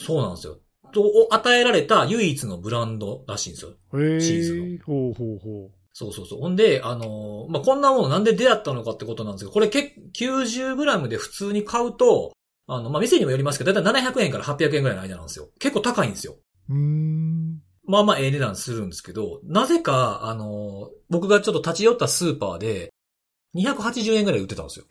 A: そうなんですよ。と、を与えられた唯一のブランドらしいんですよ。
B: へー
A: チー
B: ほうほうほ
A: そうそうそう。ほんで、あのーまあ、こんなものなんで出会ったのかってことなんですけど、これけ 90g で普通に買うと、あの、まあ、店にもよりますけど、だいたい700円から800円ぐらいの間なんですよ。結構高いんですよ。
B: う。うーん。
A: まあまあええ値段するんですけど、なぜか、あのー僕がちょっと立ち寄ったスーパーで、280円ぐらい売ってたんですよ。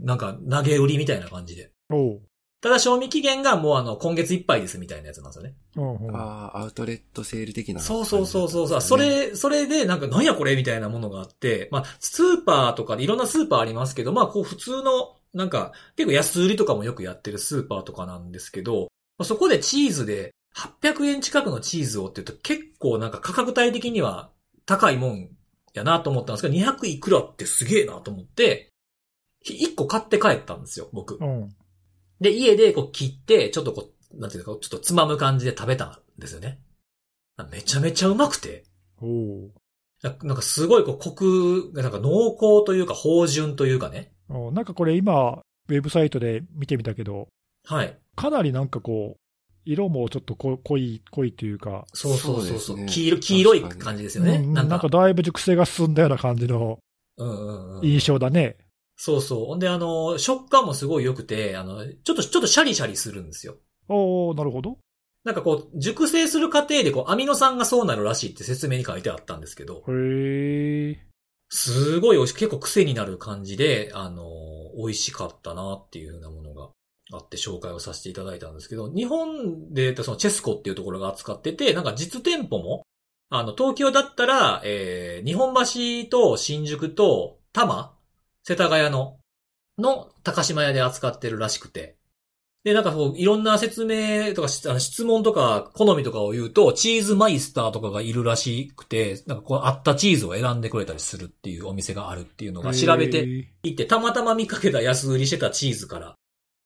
A: なんか、投げ売りみたいな感じで。
B: おう。
A: ただ、賞味期限がもうあの、今月いっぱいですみたいなやつなんですよね。
B: うんうん
C: ああ、アウトレットセール的な。
A: そうそうそうそうそう。そ。れ、それで、なんか、なんやこれみたいなものがあって、まあ、スーパーとかでいろんなスーパーありますけど、まあ、こう、普通の、なんか、結構安売りとかもよくやってるスーパーとかなんですけど、まあ、そこでチーズで、800円近くのチーズをって言うと、結構なんか価格帯的には高いもんやなと思ったんですけど、200いくらってすげえなと思って、1個買って帰ったんですよ、僕。
B: うん。
A: で、家でこう切って、ちょっとこう、なんていうか、ちょっとつまむ感じで食べたんですよね。めちゃめちゃうまくて。
B: おう
A: ななんかすごいこうコクがなんか濃厚というか芳醇というかね。
B: おう。なんかこれ今、ウェブサイトで見てみたけど、
A: はい。
B: かなりなんかこう、色もちょっとこ濃い、濃いというか、
A: そうそうそうそう
C: そうですね
A: 黄色、黄色い
C: 確かに
A: 感じです
B: う
A: よね。
B: ん
A: な
B: なんん
A: か。
B: かだいぶ熟成が進んだような感じの
A: うんうんうん。
B: 印象だね。
A: そうそう。ほんであの、食感もすごい良くて、あの、ちょっと、ちょっとシャリシャリするんですよ。
B: おおなるほど。
A: なんかこう、熟成する過程でこう、アミノ酸がそうなるらしいって説明に書いてあったんですけど、
B: へえ。
A: すごい美味しい。結構癖になる感じで、あの、美味しかったなっていうふうなものがあって紹介をさせていただいたんですけど、日本で言ったそのチェスコっていうところが扱ってて、なんか実店舗も、あの、東京だったら、えー、日本橋と新宿と多摩、世田谷の、の高島屋で扱ってるらしくて、で、なんかこう、いろんな説明とかし、あの質問とか、好みとかを言うと、チーズマイスターとかがいるらしくて、なんかこう、あったチーズを選んでくれたりするっていうお店があるっていうのが調べて
B: へ
A: 行って、たまたま見かけた安売りしてたチーズから、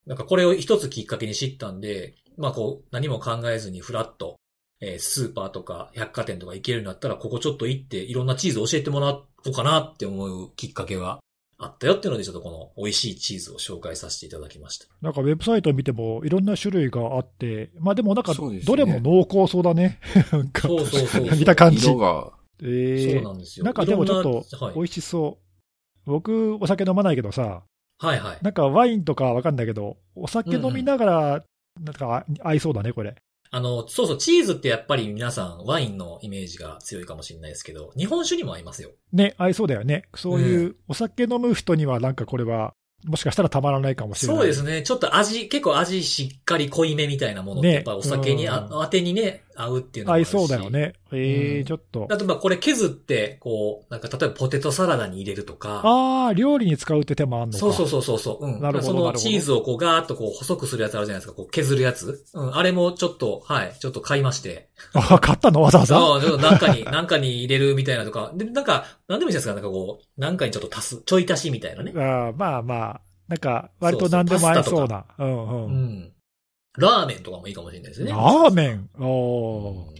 A: なんかこれを一つきっかけに知ったんで、まあこう、何も考えずにフラッと、えースーパーとか百貨店とか行けるようになったら、ここちょっと行って、いろんなチーズ教えてもらおうかなって思うきっかけがあったよっていうので、ちょっとこの美味しいチーズを紹介させていただきました。
B: ーなんかウェブサイト見ても、いろんな種類があって、まあでもなんか、
C: そうですね
B: どれも濃厚そうだね。 なんか
A: そうそうそうそう。
B: 見た感じ。
C: 色が。
B: え
A: そう
B: ー
A: なんですよ。
B: なんかでもちょっと
A: いろんなはい
B: 美味しそう。僕、お酒飲まないけどさ、
A: はいはい。
B: なんかワインとかわかんないけど、お酒飲みながら、なんかあ合いそうだね、これ。
A: あの、そうそう、チーズってやっぱり皆さんワインのイメージが強いかもしれないですけど、日本酒にも合いますよ。
B: ね、合いそうだよね。そういうお酒飲む人には、なんかこれは、もしかしたらたまらないかもしれない。
A: そうですね。ちょっと味、結構味しっかり濃いめみたいなものって、
B: ね
A: やっぱお酒にあ、
B: うん
A: 当てにね、合うっていうのもあ
B: 合
A: る
B: い
A: し。
B: そうだよ。ね。えー
A: うん
B: ちょっと。
A: あと、まあ、これ削って、こう、なんか、例えばポテトサラダに入れるとか。
B: ああ、料理に使うって手もあんのか。
A: そうそうそうそうそう。うん。
B: なるほど
A: そ
B: な
A: の
B: るほど
A: チーズをこう、ガーッとこう、細くするやつあるじゃないですか。こう、削るやつ。うん。あれもちょっと、はい。ちょっと買いまして。
B: あ買ったのわざわざ
A: ああ、ちょっとなんかに、 なんかに入れるみたいなとか。で、なんか、なんでもいいじゃないですか。なんかこう、なんかにちょっと足す、ちょい足しみたいなね。
B: あーまあまあ、なんか、割と何でも合いそうな。うん
A: う
B: うん。
A: ん。ラーメンとかもいいかもしれないですね。
B: ラーメンおー
A: うん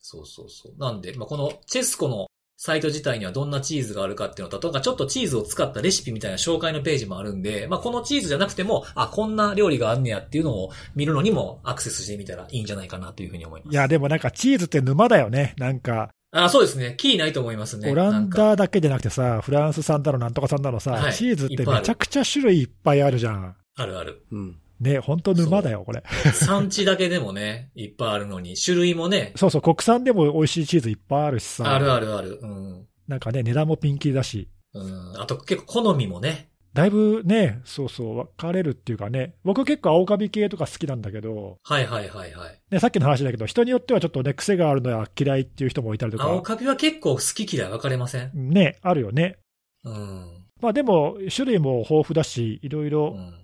A: そうそうそう。なんで、まあ、このチェスコのサイト自体にはどんなチーズがあるかっていうのと、とかちょっとチーズを使ったレシピみたいな紹介のページもあるんで、まあ、このチーズじゃなくても、あ、こんな料理があんねやっていうのを見るのにもアクセスしてみたらいいんじゃないかなというふうに思います。
B: いや、でもなんかチーズって沼だよね。なんか、
A: あ、そうですね。キーないと思いますね。
B: オラン
A: なんか
B: ダだけでなくてさ、フランス産だのなんとか産だのさ、
A: はい
B: チーズって
A: いっぱいあ
B: め
A: る
B: ちゃくちゃ種類いっぱいあるじゃん。
A: あるあ る。
C: うん。
B: ね、本当沼だよ、これ。
A: 産地だけでもね、いっぱいあるのに、種類もね、
B: そうそう、国産でも美味しいチーズいっぱいあるしさ。
A: あるあるある。うん。
B: なんかね、値段もピンキリだし。
A: うん。あと結構好みもね。
B: だいぶね、そうそう、分かれるっていうかね、僕結構青カビ系とか好きなんだけど、
A: はいはいはいはい。
B: ね、さっきの話だけど、人によってはちょっとね、癖があるのは嫌いっていう人もいたりと
A: 青
B: か、
A: カビは結構好き嫌い分かれません。
B: ね、あるよね。
A: うん。
B: まあでも、種類も豊富だし、いろいうろ
A: ん。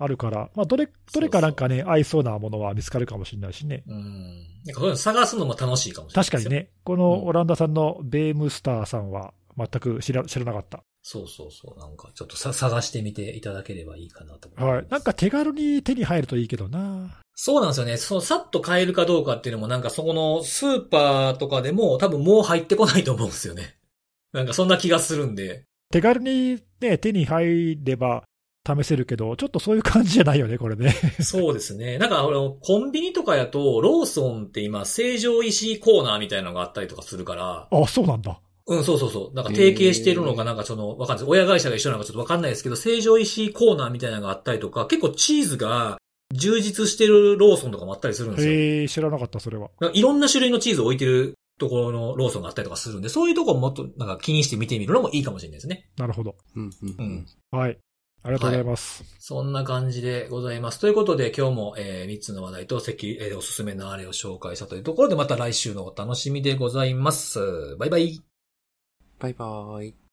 B: あるから、まあどれ、どれかなんかね、合いそうなものは見つかるかもしれないしね。
A: うん。なんかそういうの探すのも楽しいかもしれない。
B: 確かに。ね、このオランダさんのベームスターさんは全く知ら知らなかった。
A: そうそうそう。なんかちょっとさ探してみていただければいいかなと思ます
B: はい。なんか手軽に手に入るといいけどな。
A: そうなんですよね。その、さっと買えるかどうかっていうのも、なんかそこのスーパーとかでも多分もう入ってこないと思うんですよね。 なんかそんな気がするんで。
B: 手軽にね、手に入れば試せるけど、ちょっとそういう感じじゃないよね、これね。
A: そうですね。なんか、あの、コンビニとかやと、ローソンって今、成城石井コーナーみたいなのがあったりとかするから、
B: あ、そうなんだ。
A: うん、そうそうそう。なんか提携してるのが、なんかその、わかんないです。親会社が一緒なのかちょっとわかんないですけど、成城石井コーナーみたいなのがあったりとか、結構チーズが充実してるローソンとかもあったりするんですよ。
B: へえ、知らなかった、それは。
A: なんかいろんな種類のチーズを置いてるところのローソンがあったりとかするんで、そういうところもっとなんか気にして見てみるのもいいかもしれないですね。
B: なるほど。
C: うん。うん。
A: うん。
B: はい。ありがとうございます。
A: そんな感じでございます。ということで今日も、え3つの話題とせきえーおすすめのあれを紹介したというところで、また来週のお楽しみでございます。バイバイ。
C: バイバーイ。